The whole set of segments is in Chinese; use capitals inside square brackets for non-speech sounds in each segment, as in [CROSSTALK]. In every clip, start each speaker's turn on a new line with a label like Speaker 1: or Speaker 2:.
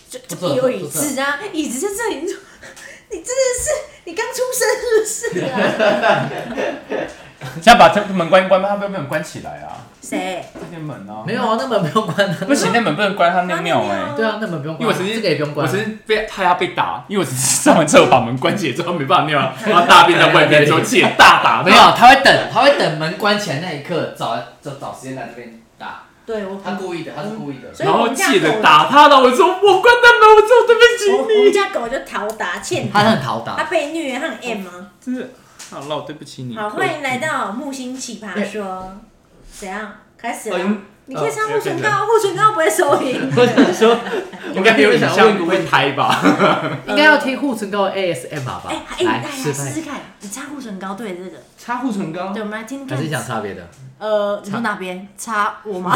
Speaker 1: 不
Speaker 2: 这
Speaker 1: 错
Speaker 2: 里有椅
Speaker 1: 不错
Speaker 2: 子啊，椅子在这里，你 [LAUGHS] 说你真的是你刚出生是不是
Speaker 1: [LAUGHS]
Speaker 2: 啊？
Speaker 3: 现在把这门关一关吧，他不要被门关起来啊，
Speaker 2: 谁？
Speaker 3: 那些门
Speaker 4: 哦
Speaker 3: 啊，
Speaker 1: 没有啊，那门不用关啊。
Speaker 3: 不行，那门不能关，他尿尿哎、
Speaker 1: 对啊，那门不用
Speaker 3: 因
Speaker 1: 关
Speaker 3: 为我
Speaker 1: 啊，
Speaker 3: 曾经
Speaker 1: 这个也不用关
Speaker 3: 我
Speaker 1: 啊。
Speaker 3: 只是被怕他被打，因为我只是上完厕所把门关起来之后没办法尿，啊然后大便在外面的时候气得大打，
Speaker 4: 没有，他会等，他会等门关起来那一刻，找找找时间来这边打。
Speaker 2: 对我，
Speaker 4: 他故意的，他是故意的。
Speaker 2: 所以
Speaker 3: 然
Speaker 2: 我
Speaker 3: 后
Speaker 2: 们家
Speaker 3: 气得
Speaker 2: 狗
Speaker 3: 打他，然后我说我关的门，我说对
Speaker 2: 我
Speaker 3: 不
Speaker 2: 我们家狗就讨打欠
Speaker 4: 他
Speaker 2: 打，
Speaker 4: 很讨
Speaker 2: 它
Speaker 4: 打，
Speaker 2: 被虐，
Speaker 1: 哦
Speaker 2: 它很 M 啊。
Speaker 3: 起你，真是好了，我对不起你。
Speaker 2: 好，欢迎来到木星奇
Speaker 1: 哎
Speaker 2: 葩说，怎样？开始了
Speaker 4: 哦用。
Speaker 2: 你可以擦护唇膏，护唇膏不会收音。
Speaker 4: 我想说，
Speaker 3: 应该没有影
Speaker 4: 想
Speaker 3: 像
Speaker 4: 问
Speaker 3: 不会拍吧？
Speaker 1: 应该要听护唇膏的 ASMR 吧？
Speaker 2: 哎，哎，
Speaker 1: 来
Speaker 2: 大家试
Speaker 1: 示范，
Speaker 2: 试看，你擦护唇膏对这个，
Speaker 4: 擦护唇膏
Speaker 2: 对，我们来听
Speaker 1: 还是
Speaker 2: 听
Speaker 1: 想
Speaker 2: 看。
Speaker 1: 擦别的？
Speaker 2: 呃，你说哪边？擦我吗？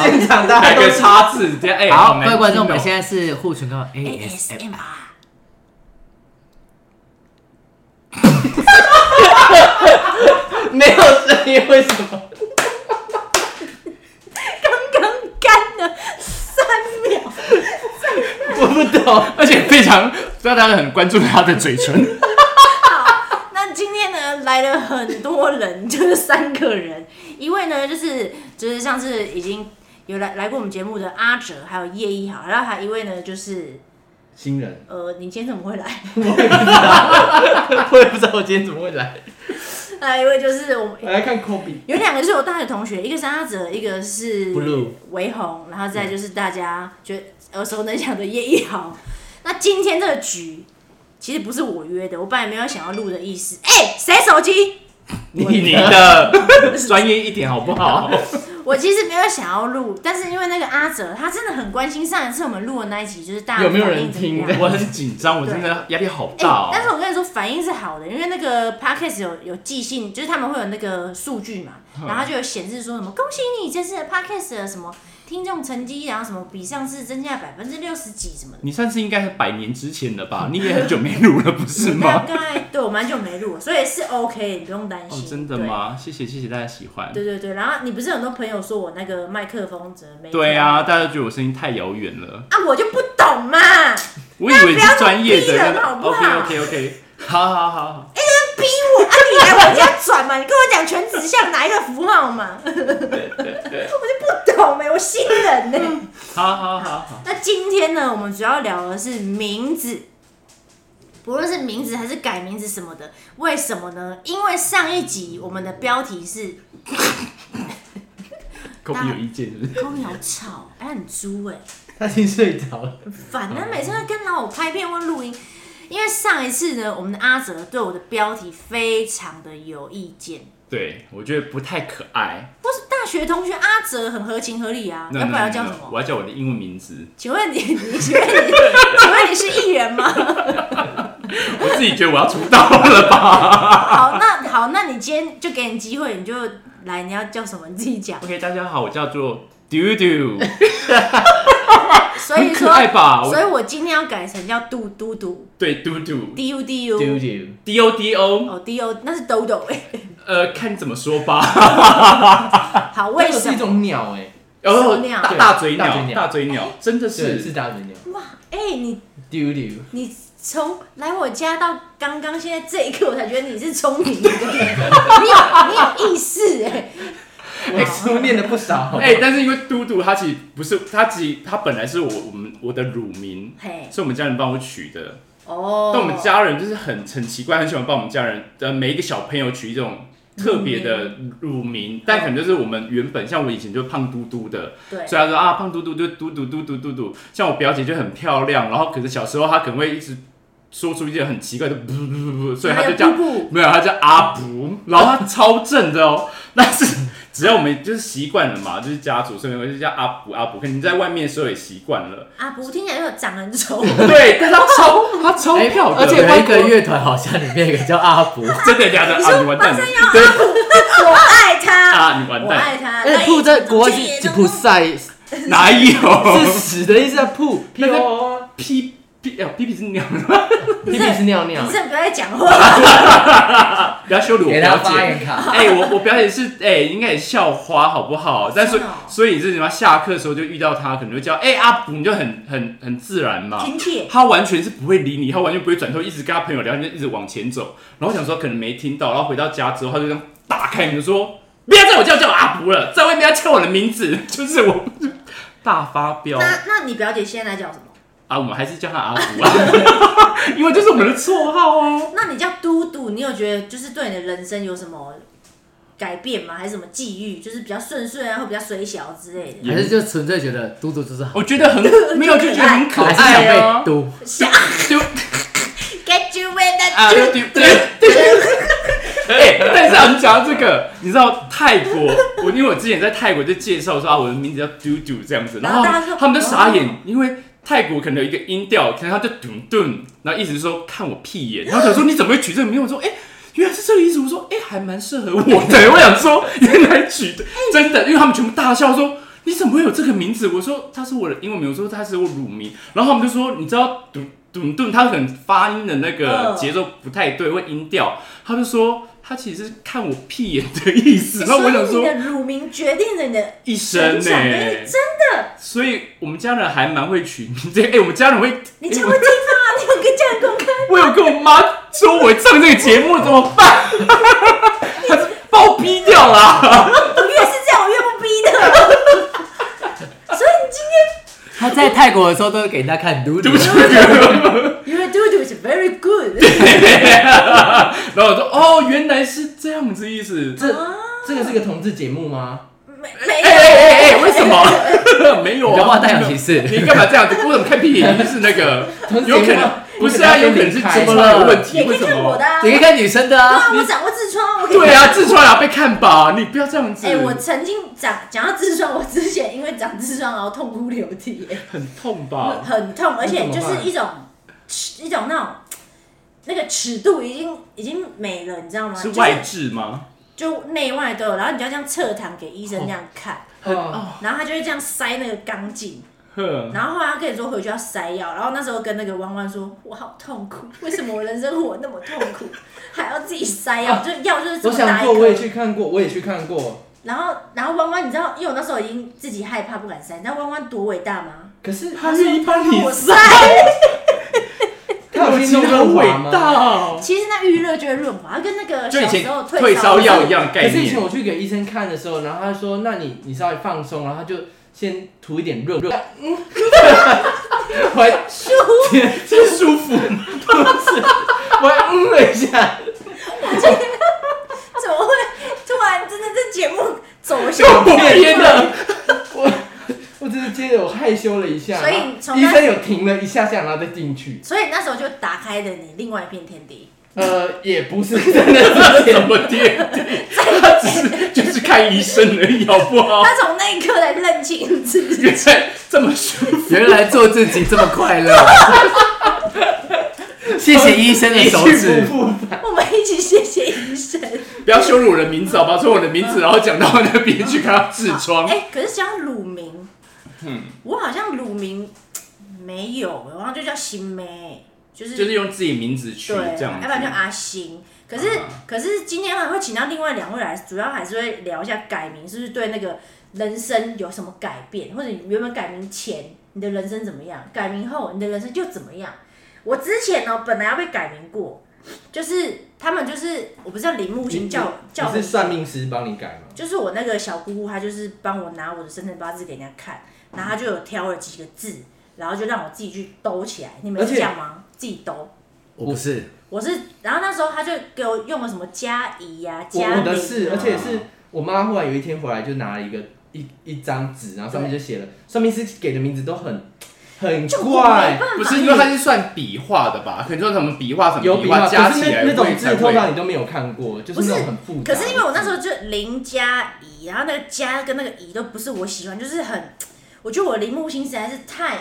Speaker 4: 现场大
Speaker 3: 还
Speaker 4: 家
Speaker 3: 有
Speaker 4: 都
Speaker 3: 个叉字，等下哎，
Speaker 1: 好，
Speaker 3: 难
Speaker 1: 各位观众，我
Speaker 3: 听哦
Speaker 1: 们现在是护唇膏 ASMR。
Speaker 2: ASMR。
Speaker 4: 没有声音，为什么？
Speaker 2: 刚刚干了三秒，
Speaker 4: 我不懂。
Speaker 3: 而且非常让大家很关注他的嘴唇。
Speaker 2: 那今天呢来了很多人，就是三个人，一位呢就是就是上次已经有来来过我们节目的阿哲，还有叶一豪，然后还有一位呢就是
Speaker 4: 新人，
Speaker 2: 呃，你今天怎么会来？
Speaker 4: [LAUGHS] 我也不知道我今天怎么会来。
Speaker 2: 还有一位就是我们
Speaker 4: 我来看 Kobe。
Speaker 2: 有两个是我大学同学，一个是阿哲，一个是
Speaker 4: Blue
Speaker 2: 维红，然后再就是大家觉得耳熟能详的叶一豪。那今天这个局其实不是我约的，我本来没有想要录的意思。哎、谁手机？
Speaker 3: 你的专业一点好不好？
Speaker 2: 我其实没有想要录，但是因为那个阿哲他真的很关心上一次我们录的那一集，就是大家
Speaker 4: 有没有
Speaker 2: 反应
Speaker 4: 人
Speaker 2: 怎么
Speaker 4: 听
Speaker 2: 样
Speaker 4: 的
Speaker 3: [LAUGHS] 我很紧张，我真的压力好
Speaker 2: 哎、
Speaker 3: 大哦。
Speaker 2: 但是我跟你说，反应是好的，因为那个 podcast 有有寄信，就是他们会有那个数据嘛，
Speaker 3: 嗯
Speaker 2: 然后它就有显示说什么恭喜你这次的 podcast 的什么听众成绩，然后什么比上次增加百分之六十几什么的。
Speaker 3: 你上次应该是百年之前了吧？你 [LAUGHS] 也很久没录了，不是
Speaker 2: 大 [LAUGHS]
Speaker 3: 吗？
Speaker 2: 概对我蛮久没录了，所以是 OK，你不用担
Speaker 3: 哦
Speaker 2: 心、，
Speaker 3: 真的吗？谢谢谢谢大家喜欢。
Speaker 2: 对？对对对，然后你不是很多朋友说我那个麦克风怎么没？
Speaker 3: 对，啊，大家觉得我声音太遥远
Speaker 2: [LAUGHS]
Speaker 3: 了，
Speaker 2: 啊我就不懂嘛，
Speaker 3: 我以为你是专业的。
Speaker 2: 大家
Speaker 3: 那
Speaker 2: 不
Speaker 3: 个
Speaker 2: 要那么逼
Speaker 3: OK
Speaker 2: 人好不好
Speaker 3: OK OK，好好好好。
Speaker 2: 逼我啊你来我家转嘛，你跟我讲全指向哪一个符号嘛，我就不懂 [LAUGHS] 欸没、我新人呢、
Speaker 3: 嗯好好好好，
Speaker 2: 那今天呢，我们主要聊的是名字，不论是名字还是改名字什么的，为什么呢？因为上一集我们的标题是
Speaker 3: 科比有意见是不是？
Speaker 2: “空鸟吵”，哎，很猪哎、
Speaker 4: 他已经睡着了。
Speaker 2: 很烦。他每次都跟老我拍片或录音，因为上一次呢，我们的阿哲对我的标题非常的有意见。
Speaker 3: 对，我觉得不太可爱。
Speaker 2: 我是大学同学阿哲，很合情合理啊，
Speaker 3: 那
Speaker 2: 要不然要
Speaker 3: 那
Speaker 2: 叫
Speaker 3: 那
Speaker 2: 什
Speaker 3: 那
Speaker 2: 么？
Speaker 3: 我要叫我的英文名字。
Speaker 2: 请问你，你请问你，请问你是艺人吗？
Speaker 3: 我自己觉得我要出道
Speaker 2: [LAUGHS]
Speaker 3: 了吧
Speaker 2: 好，那好，那你今天就给你机会，你就来，你要叫什么你自己讲。
Speaker 3: ？OK，大家好，我叫做
Speaker 2: [LAUGHS]
Speaker 3: Do Do，
Speaker 2: 所以
Speaker 3: 很可
Speaker 2: 说，
Speaker 3: 爱吧？
Speaker 2: 所以
Speaker 3: 我
Speaker 2: 我今天要改成叫嘟嘟嘟
Speaker 3: 对 Do Do
Speaker 2: D U D
Speaker 4: 丢
Speaker 2: U
Speaker 4: 丢。
Speaker 3: D O D O，
Speaker 2: 哦 D O 那是兜兜哎。
Speaker 3: [LAUGHS] 呃，看怎么说吧。 [LAUGHS]
Speaker 2: 好，为
Speaker 4: 这个是
Speaker 2: 什
Speaker 4: 一
Speaker 2: 么？
Speaker 4: 种鸟哎，
Speaker 3: 然后
Speaker 2: 手鸟
Speaker 3: 大
Speaker 4: 对
Speaker 3: 大嘴
Speaker 4: 大嘴
Speaker 3: 鸟，
Speaker 4: 鸟
Speaker 3: 大嘴鸟，真的
Speaker 4: 对，是
Speaker 3: 是
Speaker 4: 大嘴鸟。
Speaker 2: 哇，哎、你
Speaker 4: 丢丢。
Speaker 2: 你从来我家到刚刚现在这一刻，我才觉得你是聪
Speaker 3: [LAUGHS]
Speaker 2: 明的，你有你有意识哎、
Speaker 4: 我书念了不少。
Speaker 3: 哎、但是因为嘟嘟它其实不是，它其实它本来是我我们我的乳名，
Speaker 2: 嘿，
Speaker 3: 是我们家人帮我取的。
Speaker 2: 哦，
Speaker 3: 但我们家人就是很很奇怪，很喜欢帮我们家人的每一个小朋友取一种特别的乳名，但可能就是我们原本像我以前就是胖嘟嘟的，
Speaker 2: 对
Speaker 3: 所以他说啊，胖嘟嘟就嘟嘟嘟嘟嘟嘟，像我表姐就很漂亮，然后可是小时候她可能会一直说出一些很奇怪的不不不不，所以她就叫
Speaker 2: 还有布布
Speaker 3: 没有，他叫阿
Speaker 4: 嗯
Speaker 3: 布，然后他超正的哦。 [LAUGHS] 但是只要我们就是习惯了嘛，就是家族，所以我就叫阿布阿布。可能在外面的时候也习惯
Speaker 4: [LAUGHS]
Speaker 3: 了。
Speaker 2: 啊，不听起来就长得很丑，
Speaker 3: 对，但他超他超
Speaker 4: 哎
Speaker 3: 漂亮的，
Speaker 4: 而且
Speaker 3: 我
Speaker 4: 有一个乐团好像里面有一个叫阿福，
Speaker 3: 真的假的啊，你完蛋了，对
Speaker 2: 我爱他，
Speaker 3: 啊，你完
Speaker 2: 我
Speaker 3: 蛋，
Speaker 2: 爱他，
Speaker 4: 哎，
Speaker 2: 不
Speaker 4: 铺在国外是普赛
Speaker 1: [LAUGHS]
Speaker 3: 哪有
Speaker 4: 是屎的意思啊，铺
Speaker 3: [LAUGHS] 那个
Speaker 4: 飘
Speaker 3: [LAUGHS] 屁屁哎呦屁屁是尿，
Speaker 5: 屁屁是尿
Speaker 3: 啊
Speaker 5: 尿
Speaker 2: 你，真的不要再讲
Speaker 3: [LAUGHS]
Speaker 2: 话，
Speaker 3: 不要羞辱我
Speaker 4: 给他
Speaker 3: 表
Speaker 4: 发
Speaker 3: 姐。
Speaker 4: 言卡，
Speaker 3: [LAUGHS] 哎、我我表姐是哎、应该也校花好不好？但是
Speaker 2: 真的哦
Speaker 3: 所以你是什么下课的时候就遇到她，可能就叫哎、阿补，你就很很很自然嘛。
Speaker 2: 亲切。
Speaker 3: 他完全是不会理你，他完全不会转头，一直跟他朋友聊天，一直往前走。然后我想说可能没听到，然后回到家之后，他就这样打开门就说：“不要再我叫叫我阿布了，在外面要叫我的名字。”就是我大发飙
Speaker 2: 那那你表姐现在叫什么？
Speaker 3: 啊！我们还是叫他阿布啊， [LAUGHS] 因为这是我们的绰号哦。
Speaker 2: 那你叫嘟嘟，你有觉得就是对你的人生有什么改变吗？还是什么际遇？就是比较顺顺啊，或比较水小之类的？
Speaker 1: 还是就纯粹觉得嘟嘟就是
Speaker 3: [LAUGHS]
Speaker 1: 好，
Speaker 3: 我觉得很没有，就觉得很可
Speaker 1: 还是想
Speaker 3: 爱
Speaker 1: 被
Speaker 3: 哦。
Speaker 1: 嘟。
Speaker 2: 想
Speaker 3: 就
Speaker 2: get you with
Speaker 3: [LAUGHS] 啊，
Speaker 2: that
Speaker 3: 对对对。哎、但是啊，你讲到这个，你知道泰国，我因为我之前在泰国就介绍说啊，我的名字叫嘟嘟这样子，然
Speaker 2: 然后
Speaker 3: 后
Speaker 2: 大家就
Speaker 3: 他们就傻眼
Speaker 2: 哦，
Speaker 3: 因为泰国可能有一个音调，可能他就顿顿，然后一直说看我屁眼，然后想说你怎么会取这个名字？我说哎。原来是这个意思，我说，哎、还蛮适
Speaker 2: [LAUGHS]
Speaker 3: 合我的。我想说，原来取
Speaker 2: 哎
Speaker 3: 的真的，因为他们全部大笑说，你怎么会有这个名字？我说他是我的英文名，我说他是我乳名，然后他们就说，你知道嘟嘟嘟，他可能发音的那个
Speaker 2: 嗯
Speaker 3: 节奏不太对，会音调，他就说他其实是看我屁眼的意思。然后我想
Speaker 2: 所以
Speaker 3: 说
Speaker 2: 你，的乳名决定了你的
Speaker 3: 一生呢、
Speaker 2: 成长哎真的，
Speaker 3: 所以我们家人还蛮会取名字。哎、我们家人会，
Speaker 2: 你这
Speaker 3: [LAUGHS]
Speaker 2: 么听吗？你有跟家人公开？
Speaker 3: 我有跟我妈说我上这个节目怎么办？ [LAUGHS] 她把我逼掉了。啊
Speaker 2: 我越是这样，我越不逼的。
Speaker 3: [LAUGHS]
Speaker 2: 所以你今天
Speaker 1: 他在泰国的时候都给人家看嘟嘟，
Speaker 2: your d o d o is very
Speaker 3: [LAUGHS]
Speaker 2: good
Speaker 3: 然后我说哦，原来是这样子意思。
Speaker 5: 这
Speaker 2: 啊，
Speaker 5: 这个是个同志节目吗？
Speaker 2: 没没
Speaker 3: 哎
Speaker 2: 有，
Speaker 3: 哎哎哎，为什么？ [LAUGHS] 没有
Speaker 1: 你干嘛
Speaker 3: 啊，
Speaker 1: 带有歧视？
Speaker 3: 你干嘛这样子？我怎么看屁眼就是那个？
Speaker 5: 同志节
Speaker 3: 有
Speaker 5: 目
Speaker 3: 可能不是啊，有可能是痔
Speaker 1: 怎
Speaker 3: 疮
Speaker 1: 么了
Speaker 3: 的问题
Speaker 2: 也。可
Speaker 3: 为
Speaker 2: 以
Speaker 3: 什
Speaker 2: 看我
Speaker 3: 么
Speaker 2: 的？啊。
Speaker 1: 你可以看女生的啊，
Speaker 2: 啊，我长过痔疮，我可以
Speaker 3: 对啊，痔疮啊，被看吧，你不要这样子。
Speaker 2: 哎、我曾经长讲到痔疮，我之前因为长痔疮然后痛哭流
Speaker 5: [LAUGHS]
Speaker 2: 涕、哎
Speaker 3: 很痛吧？
Speaker 2: 很痛，而且
Speaker 5: 那
Speaker 2: 就
Speaker 5: 怎么办
Speaker 2: 是一种尺一种那种那个尺度已经已经没了，你知道吗？
Speaker 3: 是
Speaker 2: 就是
Speaker 3: 外痔吗？
Speaker 2: 就内外都有，然后你就要这样侧躺给医生这样看，
Speaker 5: 哦，
Speaker 2: 然后他就会这样塞那个钢筋，
Speaker 3: 呵，
Speaker 2: 然后后来他跟你说回去要塞药，然后那时候跟那个弯弯说，我好痛苦，为什么我人生活那么痛苦，还要自己塞药，就药就是这
Speaker 5: 啊我
Speaker 2: 么大
Speaker 5: 想
Speaker 2: 一
Speaker 5: 过，我也
Speaker 2: 颗。
Speaker 5: 去看过，我也去看过。
Speaker 2: 然后然后弯弯，你知道，因为我那时候已经自己害怕不敢塞，你知道弯弯多伟大吗？
Speaker 5: 可是
Speaker 3: 他愿意帮你
Speaker 2: 我
Speaker 3: 塞，
Speaker 5: [LAUGHS] 他有去
Speaker 3: 其实
Speaker 5: 弄
Speaker 3: 很
Speaker 5: 润
Speaker 3: 伟
Speaker 5: 滑吗？
Speaker 3: 大哦。
Speaker 2: 其实那预热就会润滑，它跟那个
Speaker 3: 就以
Speaker 2: 小
Speaker 3: 前
Speaker 2: 时候
Speaker 3: 退烧药一样的
Speaker 5: 可
Speaker 3: 概
Speaker 5: 是以前
Speaker 3: 念。
Speaker 5: 我去给医生看的时候，然后他说：“那你你稍微放松，然后他就先涂一点润润。”嗯， [LAUGHS] 我还
Speaker 3: 真舒服，
Speaker 5: [LAUGHS] 我还嗯了一下，
Speaker 2: 怎么会突然真的这节目走向？
Speaker 3: 就 [LAUGHS] 我编的。
Speaker 5: 我只是接着我害羞了一下，
Speaker 2: 所以
Speaker 5: 然后
Speaker 2: 从
Speaker 5: 医
Speaker 2: 那
Speaker 5: 生有停了一下下，然后再进去。
Speaker 2: 所以那时候就打开了你另外一片天地。
Speaker 5: 呃，也不
Speaker 2: [LAUGHS]
Speaker 5: 是真的是
Speaker 3: 那怎么跌？他只是就是看医生而已，好不好？
Speaker 2: 他从那一刻才认清自己。
Speaker 3: [LAUGHS] 原来这么舒服，
Speaker 1: 原来做自己这么快 [LAUGHS] 乐。谢谢医生的
Speaker 5: 一
Speaker 1: 手
Speaker 5: 去
Speaker 1: 指，
Speaker 5: 不复
Speaker 2: 我们一起谢谢医生。
Speaker 3: [LAUGHS] 不要羞辱我的名字好吧？说我的名字，然后讲到那边去看他 [LAUGHS] 痔疮。
Speaker 2: 哎、可是讲乳名，
Speaker 3: 嗯
Speaker 2: 我好像乳名没有，我好像就叫新梅，就是
Speaker 3: 就是用自己名字取
Speaker 2: 对，
Speaker 3: 这样子，
Speaker 2: 要不然就啊阿星。可是、
Speaker 3: 啊
Speaker 2: 可是今天啊会请到另外两位来，主要还是会聊一下改名是不是对那个人生有什么改变，或者你原本改名前你的人生怎么样，改名后你的人生又怎么样？我之前呢、本来要被改名过，就是他们就是我不是叫铃木
Speaker 5: 你
Speaker 2: 星叫叫
Speaker 5: 你是算命师帮你改吗？
Speaker 2: 就是我那个小姑姑，她就是帮我拿我的生辰八字给人家看，然后她就有挑了几个字，然后就让我自己去兜起来。你们
Speaker 5: 而
Speaker 2: 是
Speaker 5: 且
Speaker 2: 这样吗？自己兜。
Speaker 1: 我不是，
Speaker 2: 我是，然后那时候他就给我用了什么加怡呀、
Speaker 5: 我
Speaker 2: 加
Speaker 5: 我
Speaker 2: 零啊
Speaker 5: 的是，而且是我妈忽然有一天回来就拿了一个一一张纸，然后上面就写了算命师给的名字都很很
Speaker 2: 就我没
Speaker 5: 怪，
Speaker 2: 办
Speaker 3: 不
Speaker 2: 法，
Speaker 3: 是因为它是算笔画的吧？可能说什么笔画什
Speaker 5: 有
Speaker 3: 么
Speaker 5: 笔
Speaker 3: 笔
Speaker 5: 画，
Speaker 3: 画加
Speaker 5: 可
Speaker 3: 起
Speaker 5: 是
Speaker 3: 来
Speaker 5: 那那种
Speaker 3: 会
Speaker 5: 字
Speaker 3: 才
Speaker 5: 通常
Speaker 3: 会。
Speaker 5: 你都没有看过，就是
Speaker 2: 不是
Speaker 5: 那种很复杂。
Speaker 2: 可是因为我那时候就零加怡，啊然后那个加跟那个怡都不是我喜欢，就是很，我觉得我铃木星实在是太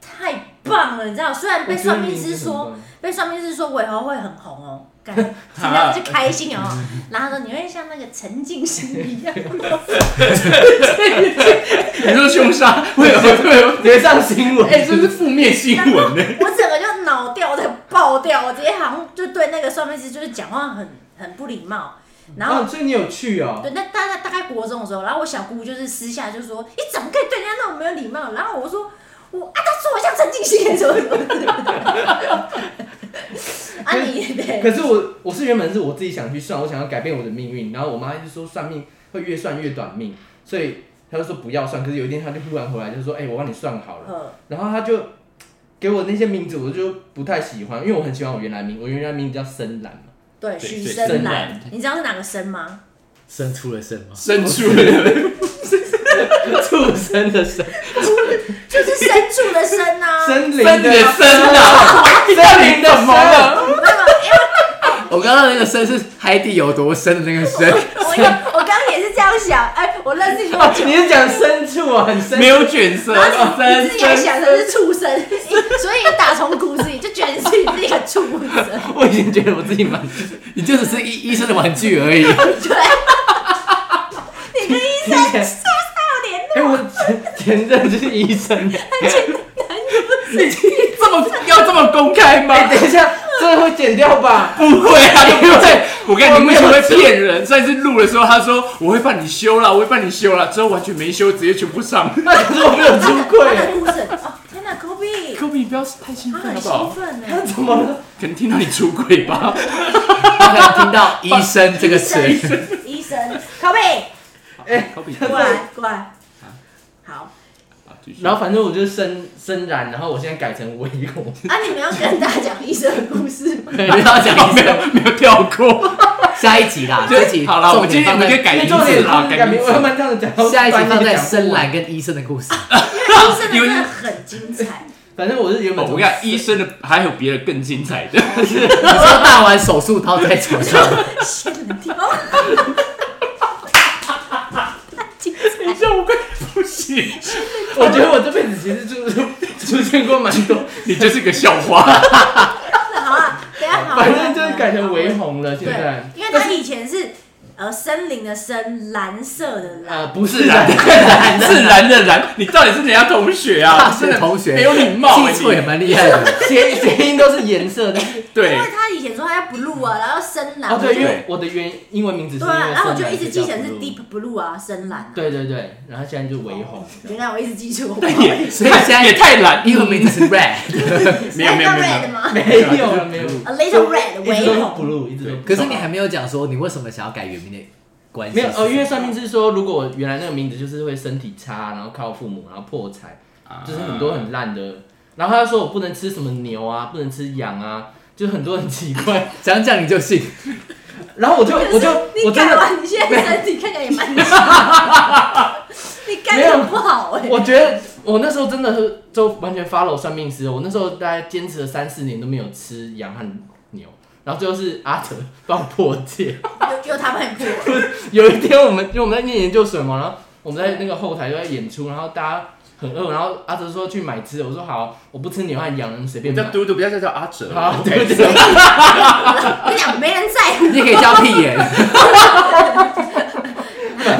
Speaker 2: 太棒了，你知道？虽然被
Speaker 5: 我觉得
Speaker 2: 算命
Speaker 5: 名字
Speaker 2: 师
Speaker 5: 很
Speaker 2: 说
Speaker 5: 棒，
Speaker 2: 被算命师说我以后会很红哦，感觉怎么样就开心哦。然后他说你会像那个陈静心一样，
Speaker 3: 你说凶杀会有会有，
Speaker 5: 直接上新闻，
Speaker 3: 哎，这是负面新闻呢。
Speaker 2: [LAUGHS] 我整个就爆掉，我直接好像就对那个算命师就是讲话很很不礼貌，然后
Speaker 5: 哦，所以你有去哦
Speaker 2: 对，？那大概大概国中的时候，然后我小姑就是私下就说：“你怎么可以对人家那么没有礼貌？”然后我说：“我啊，他说我像陈静心，什么什么什么。” [LAUGHS] 啊你，对，
Speaker 5: 可是我我是原本是我自己想去算，我想要改变我的命运，然后我妈就说算命会越算越短命，所以她就说不要算。可是有一天她就忽然回来就说，哎、我帮你算好
Speaker 3: 嗯
Speaker 5: 了。
Speaker 2: 呃，
Speaker 5: 然后她就给我那些名字，我就不太喜欢，因为我很喜欢我原来名，我原来名字叫深蓝嘛。
Speaker 2: 对，
Speaker 3: 对
Speaker 2: 许
Speaker 3: 对
Speaker 2: 生
Speaker 5: 深
Speaker 2: 来
Speaker 5: 蓝，
Speaker 2: 你知道是哪个生吗？
Speaker 1: 生出了什么？ [LAUGHS]
Speaker 3: 深处的
Speaker 5: 畜生的生，
Speaker 2: 就是深处的深
Speaker 5: [LAUGHS]
Speaker 2: 啊。
Speaker 5: 森林
Speaker 3: 森
Speaker 5: 的
Speaker 3: 林的森啊，
Speaker 5: 森林的
Speaker 3: 怎么
Speaker 1: 啊
Speaker 5: 森。
Speaker 3: 了？
Speaker 2: 哎
Speaker 1: 我刚刚那个深是海底有多深的那个深，
Speaker 2: 我也我刚刚也是这样想，哎，我认识你好久
Speaker 5: 你，是讲深处啊，很深。
Speaker 3: 没有卷舌，
Speaker 2: 你自
Speaker 3: 深
Speaker 2: 己
Speaker 1: 哦
Speaker 2: 还
Speaker 3: 深
Speaker 2: 想的是畜生，所以打从骨子里就觉得自己是一个畜生。
Speaker 5: 我已经觉得我自己蛮……
Speaker 1: 你就只是医医生的玩具而已。
Speaker 2: 你跟医生
Speaker 5: 听起来
Speaker 2: 是不是还有联络？
Speaker 5: 哎、我前前阵就是医生。
Speaker 3: 这么要这么公开吗？
Speaker 5: 哎、等一下，这会剪掉吧？
Speaker 3: 不会啊，对不对？我跟你
Speaker 5: 我
Speaker 3: 目
Speaker 5: 没
Speaker 3: 前
Speaker 5: 有
Speaker 3: 会骗人。上一次录的时候，他说我会帮你修啦，我会帮你修啦，之后完全没修，直接全部上。
Speaker 5: 那可是我没有出
Speaker 2: 他的
Speaker 3: [LAUGHS]
Speaker 5: 柜，
Speaker 2: 故事， [LAUGHS] 哦，天哪科比，
Speaker 3: 科比，不要太兴
Speaker 2: 他
Speaker 3: 奋
Speaker 2: 很
Speaker 3: 好不
Speaker 2: 兴
Speaker 3: 好？
Speaker 2: 奋
Speaker 5: [LAUGHS]
Speaker 2: 呢。
Speaker 5: 怎么了？
Speaker 3: 可能听到你出轨 [LAUGHS] 吧？
Speaker 1: 他可能听到“医生”这个词，
Speaker 2: [LAUGHS] 医生，科比，
Speaker 5: 哎
Speaker 3: 科比，
Speaker 2: 过
Speaker 3: [LAUGHS]
Speaker 2: 来，过来。好，
Speaker 3: 好继续
Speaker 5: 然后反正我就深深染，然后我现在改成微红。
Speaker 2: 啊，你们要跟大家讲医生的故事
Speaker 1: [LAUGHS]
Speaker 2: 吗？
Speaker 1: 不要讲医
Speaker 3: 没有
Speaker 1: 生。
Speaker 3: 没有跳过，
Speaker 1: 下一集啦，
Speaker 3: [LAUGHS] 就
Speaker 1: 这集
Speaker 3: 好了。我们今天我
Speaker 1: 放
Speaker 3: 们可以
Speaker 1: 在
Speaker 3: 改名
Speaker 5: 重
Speaker 3: 字
Speaker 5: 点
Speaker 3: 啦，
Speaker 5: 改
Speaker 3: 改名
Speaker 5: 名，我
Speaker 3: 字
Speaker 5: 要。慢这样子讲。
Speaker 1: 下一集放在深
Speaker 5: 蓝。
Speaker 1: 蓝跟医生的故事。
Speaker 2: 因为医生的真的很精彩，
Speaker 5: 反正我是原
Speaker 3: 哦
Speaker 5: 本
Speaker 3: 我
Speaker 5: 从
Speaker 3: 跟你讲，医生的还有别的更精彩 [LAUGHS] 的，
Speaker 1: 你说大完手术刀在床上，
Speaker 2: 仙人跳，太精彩了。
Speaker 3: 我快不行，
Speaker 5: 我觉得我这辈子其实就是出现过蛮多，
Speaker 3: 你就是个笑 [LAUGHS] 话。
Speaker 2: 好啊，等一下好啊。
Speaker 5: 反
Speaker 3: [LAUGHS]
Speaker 5: 正就是改成微红了。现在
Speaker 2: 对，因为他以前是呃森林的森，蓝色的蓝，
Speaker 5: 啊，不
Speaker 3: 自
Speaker 5: 是
Speaker 3: 然的，
Speaker 5: 啦
Speaker 3: 然，自然的然，你到底是哪家同学
Speaker 1: 大
Speaker 3: [LAUGHS] 啊？真
Speaker 1: 学
Speaker 3: 的
Speaker 1: 同学
Speaker 3: 没有礼貌欸，
Speaker 1: 记错也
Speaker 3: 你
Speaker 1: 蛮厉害的。
Speaker 5: 谐谐音都是颜色的。
Speaker 3: 对 [LAUGHS]
Speaker 2: 因为。他以前说他要 blue 啊，然后深蓝，
Speaker 5: 哦，对，因
Speaker 2: 对
Speaker 5: 为我的原英文名字是因为
Speaker 2: 啊，然后我就
Speaker 5: 深蓝
Speaker 2: 一直记成
Speaker 5: 所
Speaker 2: 是
Speaker 5: 以叫
Speaker 2: deep 哦 blue 啊，深蓝啊。
Speaker 5: 对对对，然后现在就微红。
Speaker 2: 原来我一直记错，
Speaker 3: 但也
Speaker 1: 所以
Speaker 3: 太
Speaker 1: 现在
Speaker 3: 也太懒，
Speaker 1: 英文名字是 Red，
Speaker 3: 没有没有没有没
Speaker 2: red
Speaker 3: 有，
Speaker 2: 吗
Speaker 5: 没有了，没有。
Speaker 2: ？A little red，
Speaker 5: 一直都
Speaker 2: 微
Speaker 5: 是
Speaker 2: 红。
Speaker 5: blue，一直都
Speaker 1: 可是你还没有讲说你为什么想要改原名的关系
Speaker 5: 没
Speaker 1: 是
Speaker 5: 有
Speaker 1: 什么。
Speaker 5: 哦，因为算命是说，如果我原来那个名字就是会身体差，然后靠父母，然后破财，啊就是很多很烂的。然后他说我不能吃什么牛啊，不能吃羊啊，就是很多很奇怪。 [LAUGHS]
Speaker 1: 讲讲你就信，
Speaker 5: 然后我就
Speaker 2: 可是
Speaker 5: 我就我
Speaker 2: 你
Speaker 5: 真
Speaker 2: 改
Speaker 5: 的
Speaker 2: 完，你现在身体看起来也
Speaker 5: [LAUGHS]
Speaker 2: 蛮奇怪你干的不好哎。
Speaker 5: 我觉得我那时候真的是就完全 follow 算命师，我那时候大概坚持了三四年都没有吃羊和牛，然后最后是阿哲帮我破戒。
Speaker 2: 又欸又他们很酷，
Speaker 5: 有一天我们因为我们在念研究所嘛，然后我们在那个后台就在演出，然后大家很饿，然后阿哲说去买吃的，我说好，我不吃牛和羊，你随便
Speaker 3: 你叫
Speaker 5: 买。
Speaker 3: 嘟嘟，不要再叫阿哲了
Speaker 5: 好，。对对对，
Speaker 2: 我跟你讲没人在乎。
Speaker 1: 你也可以叫屁眼。
Speaker 2: 然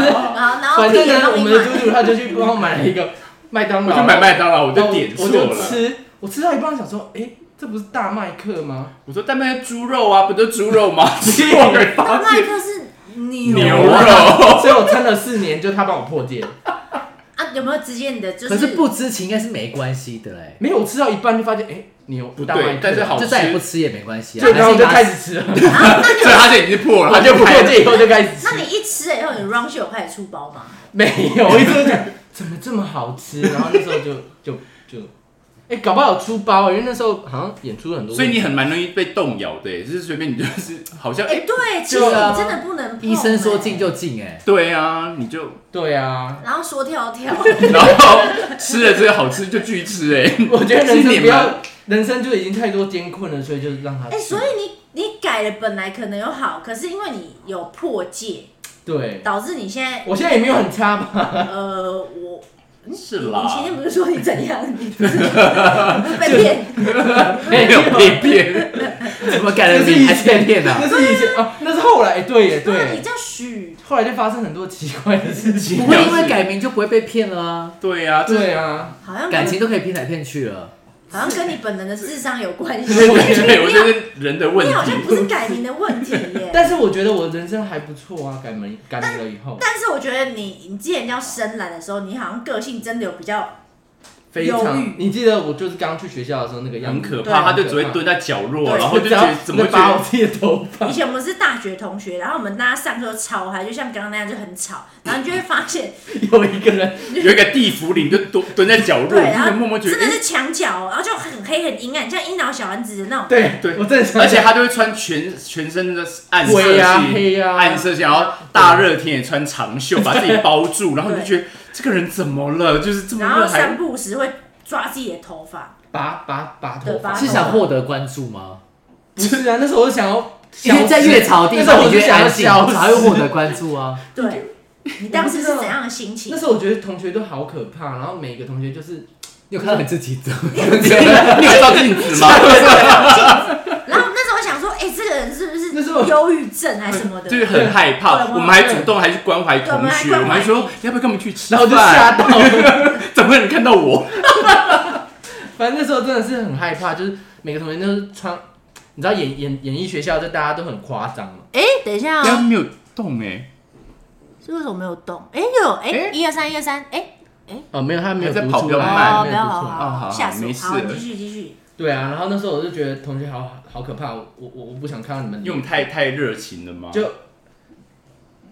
Speaker 2: 哦后然后
Speaker 5: 反正呢，我
Speaker 2: 屁
Speaker 5: 们
Speaker 2: 也
Speaker 5: 的
Speaker 2: 帮
Speaker 5: 嘟嘟他就去帮我买了一个麦当
Speaker 3: 我
Speaker 5: 劳，
Speaker 3: 就买麦当劳，我
Speaker 5: 然
Speaker 3: 就
Speaker 5: 后我
Speaker 3: 点错
Speaker 5: 哦我就
Speaker 3: 了。
Speaker 5: 吃，我吃到一半想说，哎，这不是大麦克吗？
Speaker 3: 我说但那猪肉啊，不就猪肉吗？ [LAUGHS] 结果
Speaker 2: 你
Speaker 3: 没
Speaker 2: 买。
Speaker 3: 发
Speaker 2: 大麦
Speaker 3: 现
Speaker 2: 克是
Speaker 3: 牛啊
Speaker 2: 牛
Speaker 3: 肉。
Speaker 5: 所以我撑了四年，就他帮我破戒，
Speaker 2: 啊？有没有直接你的就
Speaker 1: 可是不知情应该是没关系的哎，
Speaker 5: 没有，我吃到一半就发现，哎，牛
Speaker 3: 不
Speaker 5: 大麦
Speaker 3: 对
Speaker 5: 克，，
Speaker 3: 但是好
Speaker 1: 就
Speaker 3: 吃，
Speaker 1: 再也不吃也没关系啊。
Speaker 5: 所以然后我就
Speaker 1: 还
Speaker 5: 开
Speaker 1: 是
Speaker 5: 始吃了，
Speaker 3: [LAUGHS] 所以他就已经 [LAUGHS] 破了，
Speaker 5: 我
Speaker 3: 他
Speaker 5: 就
Speaker 3: 就
Speaker 5: 破
Speaker 3: 开
Speaker 5: 戒以后就开始吃
Speaker 2: 那。你一吃了以后，你 round 秀有开始出包吗？
Speaker 5: 没有，我一直都想怎么这么好吃，然后那时候就就就，哎、搞不好有出包，因为那时候好像演出了很多
Speaker 3: 所
Speaker 5: 问
Speaker 3: 以
Speaker 5: 题，
Speaker 3: 你很蛮容易被动摇的，就是随便你就是好像
Speaker 2: 哎，
Speaker 3: 哎，
Speaker 2: 对，其实
Speaker 1: 对啊
Speaker 2: 你真的不能碰。
Speaker 1: 医生说
Speaker 2: 哎
Speaker 1: 进，就进哎，
Speaker 3: 对啊，你就 [LAUGHS]
Speaker 5: 对啊，
Speaker 2: 然后说跳跳，
Speaker 3: 然后吃了这个好吃就继续吃哎。
Speaker 5: 我觉得
Speaker 3: 是
Speaker 5: 人
Speaker 3: 你吗
Speaker 5: 生不要，人生就已经太多艰困了，所以就让他
Speaker 2: 哎，所以你你改了本来可能有好，可是因为你有破戒，
Speaker 5: 对，
Speaker 2: 导致你现在
Speaker 5: 我现在也没有很差吧，
Speaker 2: 呃我。
Speaker 3: 是
Speaker 2: 你
Speaker 3: 啦
Speaker 2: 你前天不是说你怎样？你不是你是被骗？
Speaker 5: 没
Speaker 3: 没有被骗，
Speaker 1: [LAUGHS] 怎么改了
Speaker 5: 那是
Speaker 1: 名
Speaker 5: 以
Speaker 1: 还是被
Speaker 5: 前
Speaker 1: 骗
Speaker 5: 那
Speaker 1: 啊？
Speaker 5: 是以前啊，那是后来，哎对耶
Speaker 2: 对啊，你
Speaker 5: 对，
Speaker 2: 叫许，
Speaker 5: 后来就发生很多奇怪的事情
Speaker 1: 不，会因为改名就不会被骗了啊，
Speaker 3: 对啊，这
Speaker 5: 对啊，
Speaker 2: 好像
Speaker 1: 感情都可以骗来骗去了。
Speaker 2: 好像跟你本人的智商有关系。
Speaker 3: 对，我觉得人的问
Speaker 2: 你好像不
Speaker 3: 题。
Speaker 2: 是改名的问题耶。
Speaker 5: [LAUGHS] 但是我觉得我人生还不错啊，改名改名了以后，
Speaker 2: 但是我觉得你你之前叫深蓝的时候，你好像个性真的有比较
Speaker 5: 非
Speaker 2: 忧
Speaker 5: 常
Speaker 2: 郁。
Speaker 5: 你记得我就是刚去学校的时候那个样
Speaker 3: 很
Speaker 5: 子，
Speaker 3: 可
Speaker 2: 对
Speaker 3: 怕，他就只会蹲在角落，
Speaker 2: 对
Speaker 3: 然后就觉得怎么
Speaker 5: 会拔我
Speaker 3: 觉
Speaker 5: 自己的头发？
Speaker 2: 以前我们是大学同学，然后我们大家上课都超嗨，就像刚刚那样就很吵，然后你就会发现，
Speaker 5: 有一个人
Speaker 3: 得有一个地府灵就蹲蹲在角落，
Speaker 2: 对，然
Speaker 3: 然后
Speaker 2: 后
Speaker 3: 默默觉
Speaker 2: 真
Speaker 3: 得，
Speaker 2: 的
Speaker 3: 哎
Speaker 2: 是墙角，然后就很黑很阴暗，像樱桃小丸子的那种。
Speaker 5: 对
Speaker 3: 对
Speaker 5: 我真的
Speaker 3: [LAUGHS]
Speaker 5: 想
Speaker 3: 而且他就会穿全全身的暗色
Speaker 5: 灰啊
Speaker 3: 系，
Speaker 5: 黑啊
Speaker 3: 暗色系，然后大热天也穿长袖，把自己包住，然后你就觉得这个人怎么了？就是这么
Speaker 2: 然后
Speaker 3: 热还
Speaker 2: 散步时会抓自己的头发，
Speaker 5: 拔拔拔头
Speaker 2: 对拔
Speaker 5: 发，
Speaker 2: 头
Speaker 1: 是想获得关注吗？
Speaker 5: 不是啊？那时候我想要
Speaker 1: 因为在越吵的地
Speaker 5: 那时候
Speaker 1: 方，
Speaker 5: 我
Speaker 1: 你
Speaker 5: 就
Speaker 1: 越
Speaker 5: 想要
Speaker 1: 安静， [LAUGHS]
Speaker 5: 消失
Speaker 1: 才会获得关注啊。
Speaker 2: 对。你当时是怎样的心情
Speaker 5: [LAUGHS] 那？时候我觉得同学都好可怕，然后每个同学就是
Speaker 1: [LAUGHS] 你有看到你自己怎么样？
Speaker 3: [LAUGHS] 你有照镜子吗？
Speaker 2: 然后那时候我想说，哎、这个人是不
Speaker 5: 那时候
Speaker 2: 是忧郁症还是什么的？
Speaker 3: 就是很害怕，
Speaker 2: 对
Speaker 3: 我们还主动还去关怀
Speaker 2: 对我
Speaker 3: 同学，我
Speaker 2: 们还关怀
Speaker 3: 们还说要不要跟我们去吃
Speaker 5: 然后
Speaker 3: 饭？
Speaker 5: 我就吓到了。
Speaker 3: 怎么会有人看到我？
Speaker 5: [LAUGHS] 反正那时候真的是很害怕，就是每个同学都是穿，你知道演演演艺学校就大家都很夸张嘛，
Speaker 2: 哎、等一下
Speaker 3: 他
Speaker 2: 哦、
Speaker 3: 没有动哎，
Speaker 2: 是为什么没有动？哎、有
Speaker 3: 哎
Speaker 2: 哎，一二三，一二三，哎，
Speaker 5: 哦，没有他没有
Speaker 3: 还在
Speaker 5: 读
Speaker 3: 跑
Speaker 5: 出
Speaker 3: 比较
Speaker 5: 来
Speaker 3: 慢
Speaker 2: 哦，
Speaker 5: 没
Speaker 2: 不
Speaker 5: 有
Speaker 2: 要
Speaker 5: 读
Speaker 2: 好
Speaker 5: 出来
Speaker 2: 好
Speaker 3: 哦
Speaker 2: 好，
Speaker 3: 好
Speaker 2: 吓死
Speaker 3: 没
Speaker 2: 我！
Speaker 3: 事
Speaker 2: 好，你继续继续。
Speaker 5: 对啊，然后那时候我就觉得同学好好可怕，我我我不想看到你们，
Speaker 3: 因为我们太太热情了嘛，
Speaker 5: 就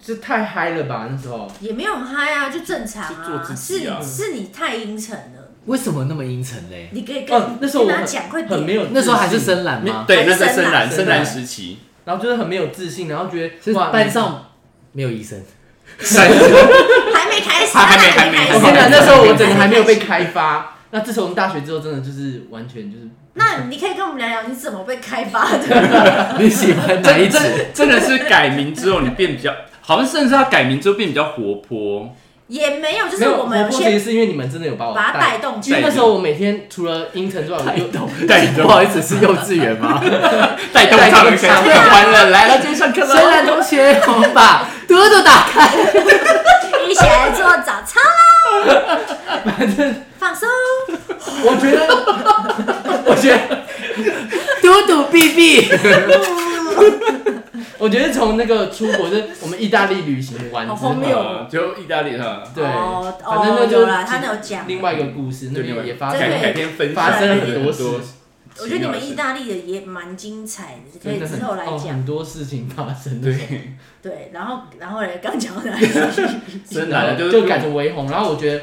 Speaker 5: 就太嗨了吧那时候，
Speaker 2: 也没有很嗨啊，就正常
Speaker 3: 就做自
Speaker 2: 是
Speaker 3: 己啊
Speaker 2: 你是你太阴沉了，
Speaker 1: 为什么那么阴沉嘞？
Speaker 2: 你可以跟、
Speaker 5: 哦那时候我
Speaker 2: 跟他
Speaker 5: 很
Speaker 2: 讲，快点。
Speaker 5: 很没有，
Speaker 1: 那时候还是，深蓝吗？
Speaker 3: 对，
Speaker 2: 还是
Speaker 3: 那哎在深
Speaker 2: 深蓝
Speaker 3: 蓝深蓝
Speaker 5: 深蓝
Speaker 3: 时期， [LAUGHS]
Speaker 5: 然后就是很没有自信，然后觉
Speaker 1: 是
Speaker 5: 得哇
Speaker 1: 班上没有医生，
Speaker 2: 还没开始，
Speaker 3: 还还没
Speaker 2: 他
Speaker 3: 还没
Speaker 2: 开
Speaker 5: 我跟你
Speaker 2: 始。
Speaker 5: 讲，那时候我整个还没有被开发。那自从大学之后，真的就是完全就是
Speaker 2: 那你可以跟我们聊聊你怎么被开发
Speaker 5: [LAUGHS]
Speaker 2: 的？
Speaker 1: [LAUGHS] 你喜欢哪一
Speaker 3: [LAUGHS] 真
Speaker 1: 只？
Speaker 3: 真真的是改名之后你变比较，好像甚至他改名之后变比较活泼，
Speaker 2: 也没有，就
Speaker 5: 没
Speaker 2: 是
Speaker 5: 有。
Speaker 2: 我们有
Speaker 5: 活泼其实
Speaker 2: 先
Speaker 5: 是因为你们真的有把我
Speaker 2: 把它带动
Speaker 5: 其
Speaker 2: 起
Speaker 5: 实
Speaker 2: 来。
Speaker 5: 那时候我每天除了阴沉之外，我又
Speaker 3: 带
Speaker 1: 不
Speaker 3: 动
Speaker 1: 好意思，是幼稚园
Speaker 3: [LAUGHS]
Speaker 1: 吗？
Speaker 3: 带动他们开
Speaker 1: 带动
Speaker 3: 玩了，来来今天上课
Speaker 1: 深
Speaker 3: 了，
Speaker 1: 蓝同学，我们把嘟嘟打开。
Speaker 2: 一起来做
Speaker 5: [LAUGHS]
Speaker 2: 早操啦，放松。
Speaker 5: 我觉得，我觉得，
Speaker 1: 嘟嘟 B B，
Speaker 5: 我觉得从那个出国，就是我们意大利旅行完之
Speaker 2: 好
Speaker 5: 后
Speaker 2: 荒，谬
Speaker 3: 呃就意大利哈，
Speaker 5: 对，
Speaker 2: 哦哦
Speaker 5: 反正那就
Speaker 2: 有啦他那有讲
Speaker 5: 另外一个故事，那
Speaker 3: 对另外
Speaker 5: 边也发
Speaker 2: 真的
Speaker 3: 改
Speaker 5: 生，
Speaker 3: 改天分
Speaker 5: 发生了
Speaker 3: 很
Speaker 5: 很多事
Speaker 2: 我觉得你们意大利的也蛮精彩的，可以
Speaker 5: 真的很
Speaker 2: 之后来
Speaker 5: 哦
Speaker 2: 讲。
Speaker 5: 很多事情发生，
Speaker 3: 对，
Speaker 2: 对，然后然后嘞，刚讲到哪里？
Speaker 3: 深蓝的啊就是
Speaker 5: 就改成微红，然后我觉得，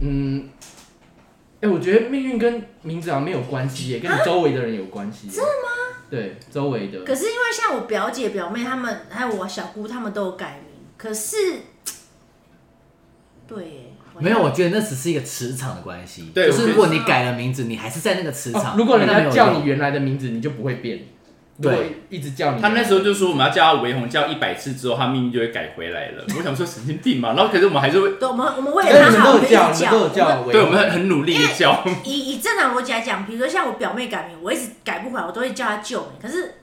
Speaker 5: 嗯。哎、我觉得命运跟名字好像没有关系耶，跟你
Speaker 2: 啊
Speaker 5: 周围的人有关系。真的吗？对，周围的。
Speaker 2: 可是因为像我表姐、表妹她们，还有我小姑她们都有改名，可是，对耶，好像
Speaker 1: 没有，我觉得那只是一个磁场的关系。
Speaker 3: 对
Speaker 1: 就是
Speaker 3: 我觉得
Speaker 1: 如果你改了名字，你还是在那个磁
Speaker 5: 哦
Speaker 1: 场。
Speaker 5: 如果人
Speaker 1: 那没
Speaker 5: 家
Speaker 1: 有
Speaker 5: 叫
Speaker 1: 用
Speaker 5: 你原来的名字，你就不会变。
Speaker 1: 对，
Speaker 5: 一直叫你。
Speaker 3: 他那时候就说我们要叫他维红，叫一百次之后，他命运就会改回来了。我想说神经病嘛，然后可是我们还是会，
Speaker 2: 对，我们我们为
Speaker 5: 哎，
Speaker 2: 了
Speaker 5: 你
Speaker 2: 她
Speaker 5: 们
Speaker 2: 好，
Speaker 5: 都
Speaker 2: 我
Speaker 5: 有
Speaker 2: 们一直
Speaker 5: 叫，
Speaker 2: 叫
Speaker 5: 你们都有叫，
Speaker 3: 对我们很很努力的叫，
Speaker 2: 以以正常逻辑来讲，比如说像我表妹改名，我一直改不回来，我都会叫她救命。可是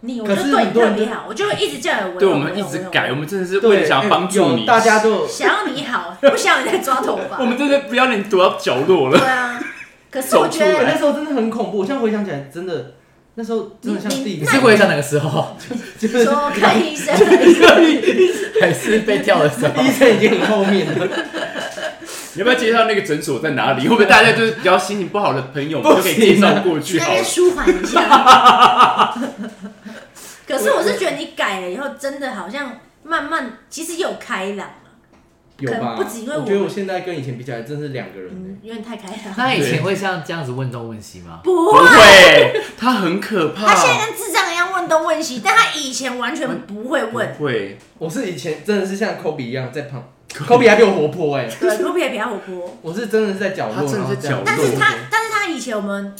Speaker 2: 你，我就
Speaker 5: 可是
Speaker 2: 对
Speaker 5: 很
Speaker 2: 你
Speaker 5: 多
Speaker 2: 特
Speaker 5: 人
Speaker 2: 别好，我就会一直叫你。
Speaker 3: 对
Speaker 2: 我
Speaker 3: 我
Speaker 2: 用
Speaker 3: 们一直，
Speaker 2: 我
Speaker 3: 改，我
Speaker 2: 用
Speaker 3: 们真的是为
Speaker 5: 对哎
Speaker 3: 了想要帮助
Speaker 5: 有
Speaker 3: 你，
Speaker 5: 大家都
Speaker 2: 我用想要你好，不想要你在抓头发
Speaker 3: [LAUGHS] 我。们真的不要脸躲到角落
Speaker 2: [LAUGHS] 对
Speaker 3: 了。
Speaker 2: 啊，可是我觉
Speaker 3: 走出
Speaker 5: 对
Speaker 3: 来
Speaker 2: 得
Speaker 5: 那时候真的很恐怖。我现在回想起来，真的那时候真的像地
Speaker 1: 你
Speaker 5: 狱，
Speaker 1: 是回想哪个时候？
Speaker 5: 就是
Speaker 2: 说看医生，
Speaker 1: [LAUGHS] 还是被跳的时
Speaker 5: [LAUGHS]
Speaker 1: 候？
Speaker 5: 医生已经很后面了。
Speaker 3: 你要不要介绍那个诊所在哪里？会不会大家就是比较心情不好的朋友，我们就可以
Speaker 5: 不行
Speaker 3: 介
Speaker 5: 啊
Speaker 3: 绍
Speaker 2: [LAUGHS]
Speaker 3: 过去
Speaker 2: 那
Speaker 3: 好了
Speaker 2: 边。舒缓一下。可是我是觉得你改了以后，真的好像慢慢其实也有开朗了，
Speaker 5: 有
Speaker 2: 可
Speaker 5: 吧？
Speaker 2: 能不止因为
Speaker 5: 我
Speaker 2: 我
Speaker 5: 觉得我现在跟以前比起来，真是两个人呢
Speaker 2: 嗯，。有点太开朗了。
Speaker 1: 那以前会像这样子问东问西吗？
Speaker 2: 不
Speaker 3: 不
Speaker 2: 会，
Speaker 3: 会，他很可怕。
Speaker 2: 他现在跟智障一样问东问西，但他以前完全不会问。
Speaker 3: 不会，
Speaker 5: 我是以前真的是像科比一样在 [LAUGHS] 旁，科比还比我活泼哎。
Speaker 2: 对，卢比也比较活
Speaker 5: [LAUGHS]
Speaker 2: 泼，
Speaker 5: 我是真的是在角
Speaker 3: 他
Speaker 5: 落，
Speaker 3: 真的
Speaker 5: 然
Speaker 3: 是
Speaker 5: 后这
Speaker 3: 角落
Speaker 5: 样
Speaker 2: 但是他
Speaker 5: 活泼，
Speaker 2: 但是他以前我们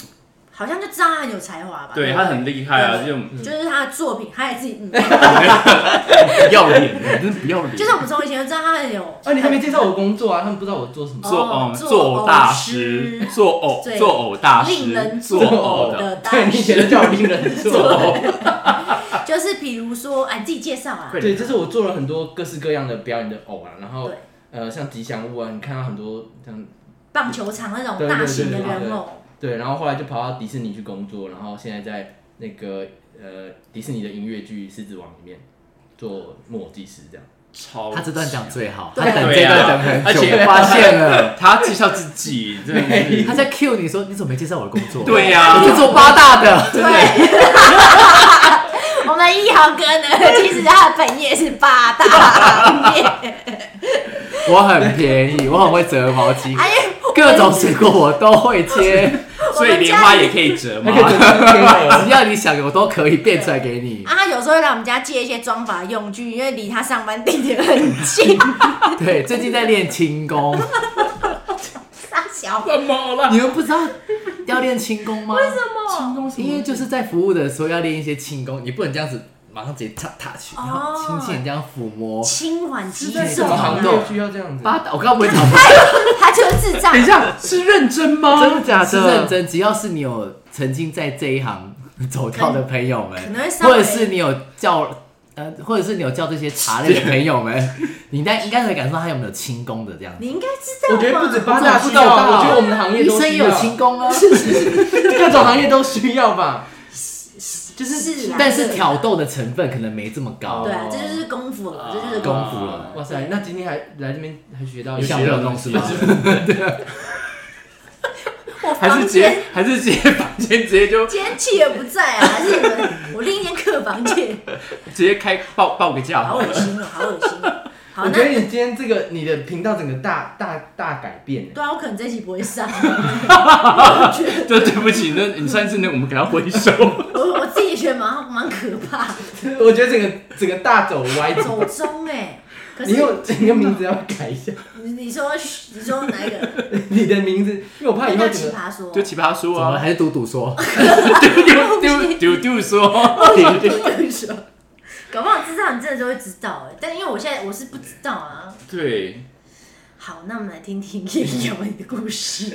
Speaker 2: 好像就知道他很有才华吧？
Speaker 3: 对
Speaker 2: 不
Speaker 3: 他很厉害啊，
Speaker 2: 对嗯
Speaker 3: 这种
Speaker 2: 就是他的作品，他也自己，嗯
Speaker 3: 不要脸的，真的不要脸。
Speaker 2: 就是我们从以前就知道他很有。
Speaker 5: 啊，你还没介绍我工作啊？他们不知道我做什么。
Speaker 3: 做
Speaker 2: 哦
Speaker 3: 嗯
Speaker 2: 做
Speaker 3: 做
Speaker 2: 偶
Speaker 3: 偶大
Speaker 2: 师
Speaker 3: 师，做偶
Speaker 2: 对
Speaker 3: 做偶大师，
Speaker 2: 令人
Speaker 3: 做
Speaker 2: 作呕
Speaker 3: 偶的。
Speaker 2: 的
Speaker 5: 对，
Speaker 2: 大
Speaker 5: 你以前
Speaker 2: 师，
Speaker 5: 都叫我名人做。
Speaker 2: 就是比如说，哎，你自己介绍啊，
Speaker 3: 快
Speaker 5: 对，
Speaker 3: 点
Speaker 5: 就是我做了很多各式各样的表演的偶啊，然后
Speaker 2: 对
Speaker 5: 呃，像吉祥物啊，你看到很多像
Speaker 2: 棒球场那
Speaker 5: 对
Speaker 2: 种
Speaker 5: 对
Speaker 2: 大型的
Speaker 5: 对对
Speaker 2: 人偶，
Speaker 5: 对，然后后来就跑到迪士尼去工作，然后现在在那个呃迪士尼的音乐剧《狮子王》里面做木偶技师这样。
Speaker 3: 超
Speaker 1: 他这段讲最好，他
Speaker 3: 啊
Speaker 2: 对
Speaker 1: 等这段等很久，我发现了。
Speaker 3: 他介绍自己，真的是
Speaker 1: [LAUGHS] 他在 Q 你说你怎么没介绍我的工作？
Speaker 3: 对啊呀
Speaker 1: 我是
Speaker 2: 啊
Speaker 1: 做八大的。
Speaker 2: 对， [LAUGHS] 我们一豪哥
Speaker 3: [LAUGHS]
Speaker 2: 呢，其实他的本业是八大行业，
Speaker 1: 我很便宜，我很会折毛巾，
Speaker 2: 哎呀，
Speaker 1: 各种水果我都会切，
Speaker 3: 所以莲花也可以折嘛。
Speaker 1: 只要你想我都可以变出来给 [LAUGHS] 你。
Speaker 2: 啊，他有时候会来我们家借一些装法用具，因为离他上班地点很
Speaker 3: [LAUGHS]
Speaker 2: 近，
Speaker 1: 对，最近在练轻 [LAUGHS] 功，
Speaker 2: 傻小。
Speaker 3: 怎么了？
Speaker 1: 你们不知道要练轻功吗？为什么？
Speaker 2: 哦
Speaker 1: 因为就是在服务的时候要练一些轻功，你不能这样子马上直接踏踏去，然后轻哦轻地这样抚摸。
Speaker 2: 轻缓肌
Speaker 1: 在
Speaker 2: 肉
Speaker 1: 什么
Speaker 2: 啊
Speaker 1: 行，业
Speaker 5: 需要这样子？
Speaker 1: 八大，我刚刚不会 [LAUGHS] 讲吗？
Speaker 2: 他就是智障
Speaker 3: 等。一下，是认真吗？
Speaker 1: 真的假的？
Speaker 3: 是
Speaker 1: 是
Speaker 3: 认
Speaker 1: 认
Speaker 3: 真。
Speaker 1: 真，只要是你有曾经在这一行走跳的朋友们
Speaker 2: 可能会，稍微
Speaker 1: 或者是你有叫呃，或者是你有叫这些茶类的朋友们， [LAUGHS] 你应该应该会感受到他有没有轻功的这样子。
Speaker 2: 你应该知道吧？啊
Speaker 5: 我觉得不止八
Speaker 1: 大
Speaker 5: 大
Speaker 1: 需
Speaker 5: 需
Speaker 1: 要
Speaker 5: 要
Speaker 1: 吧
Speaker 5: 吧，我觉得我们的行业
Speaker 1: 医
Speaker 5: 都
Speaker 1: 生也
Speaker 5: 需
Speaker 1: 有
Speaker 5: 要，
Speaker 1: 轻功 [LAUGHS] 啊，
Speaker 5: [LAUGHS] 各种行业都需要吧。
Speaker 2: 就是啊是啦，
Speaker 1: 但是挑逗的成分可能没这么高
Speaker 2: 对。啊，这就是功夫
Speaker 3: 啊
Speaker 2: 了，这就是
Speaker 1: 功
Speaker 2: 功夫。
Speaker 1: 夫了
Speaker 5: 哇塞，那今天还来这边还学
Speaker 1: 有
Speaker 5: 到一
Speaker 1: 想
Speaker 5: 些
Speaker 1: 不到东西吗？
Speaker 2: 我
Speaker 3: [LAUGHS] 还
Speaker 2: 房
Speaker 3: 是直接
Speaker 2: 间
Speaker 3: 还是直接房间直接就直
Speaker 2: 今天气也不在啊，还是你们我另一间客房去，
Speaker 3: 接开报报个价
Speaker 2: 好
Speaker 3: [LAUGHS] 好了
Speaker 2: 恶心哦，好恶心哦。好，
Speaker 5: 我
Speaker 2: 那
Speaker 5: 觉得你今天这个你的频道整个大大大改
Speaker 2: [LAUGHS]
Speaker 5: 变欸
Speaker 2: 对啊，我可能这期不会上，
Speaker 3: 就对不起，那你上次那我们给他回收。
Speaker 2: 我我自己也觉得蛮蛮可怕的，
Speaker 5: 我觉得整个整个大走
Speaker 2: [LAUGHS]
Speaker 5: 歪。
Speaker 2: 走中哎。可是
Speaker 5: [LAUGHS] 你有你的名字要改一下， [LAUGHS]
Speaker 2: 你你说你说哪一个？
Speaker 5: 你的名字，因为我怕以后
Speaker 2: 那
Speaker 5: 整
Speaker 2: 奇
Speaker 5: 个
Speaker 2: 葩说，
Speaker 3: 就奇葩说
Speaker 1: 怎么了
Speaker 3: 啊，
Speaker 1: 还是嘟嘟
Speaker 3: [LAUGHS]
Speaker 1: 说？
Speaker 3: 丢
Speaker 2: [LAUGHS]
Speaker 3: 丢丢丢丢说，
Speaker 2: 搞不好知道你真的就会知道哎、但因为我现在我是不知道啊。
Speaker 3: 对，
Speaker 2: 好，那我们来听听叶瑶的故事，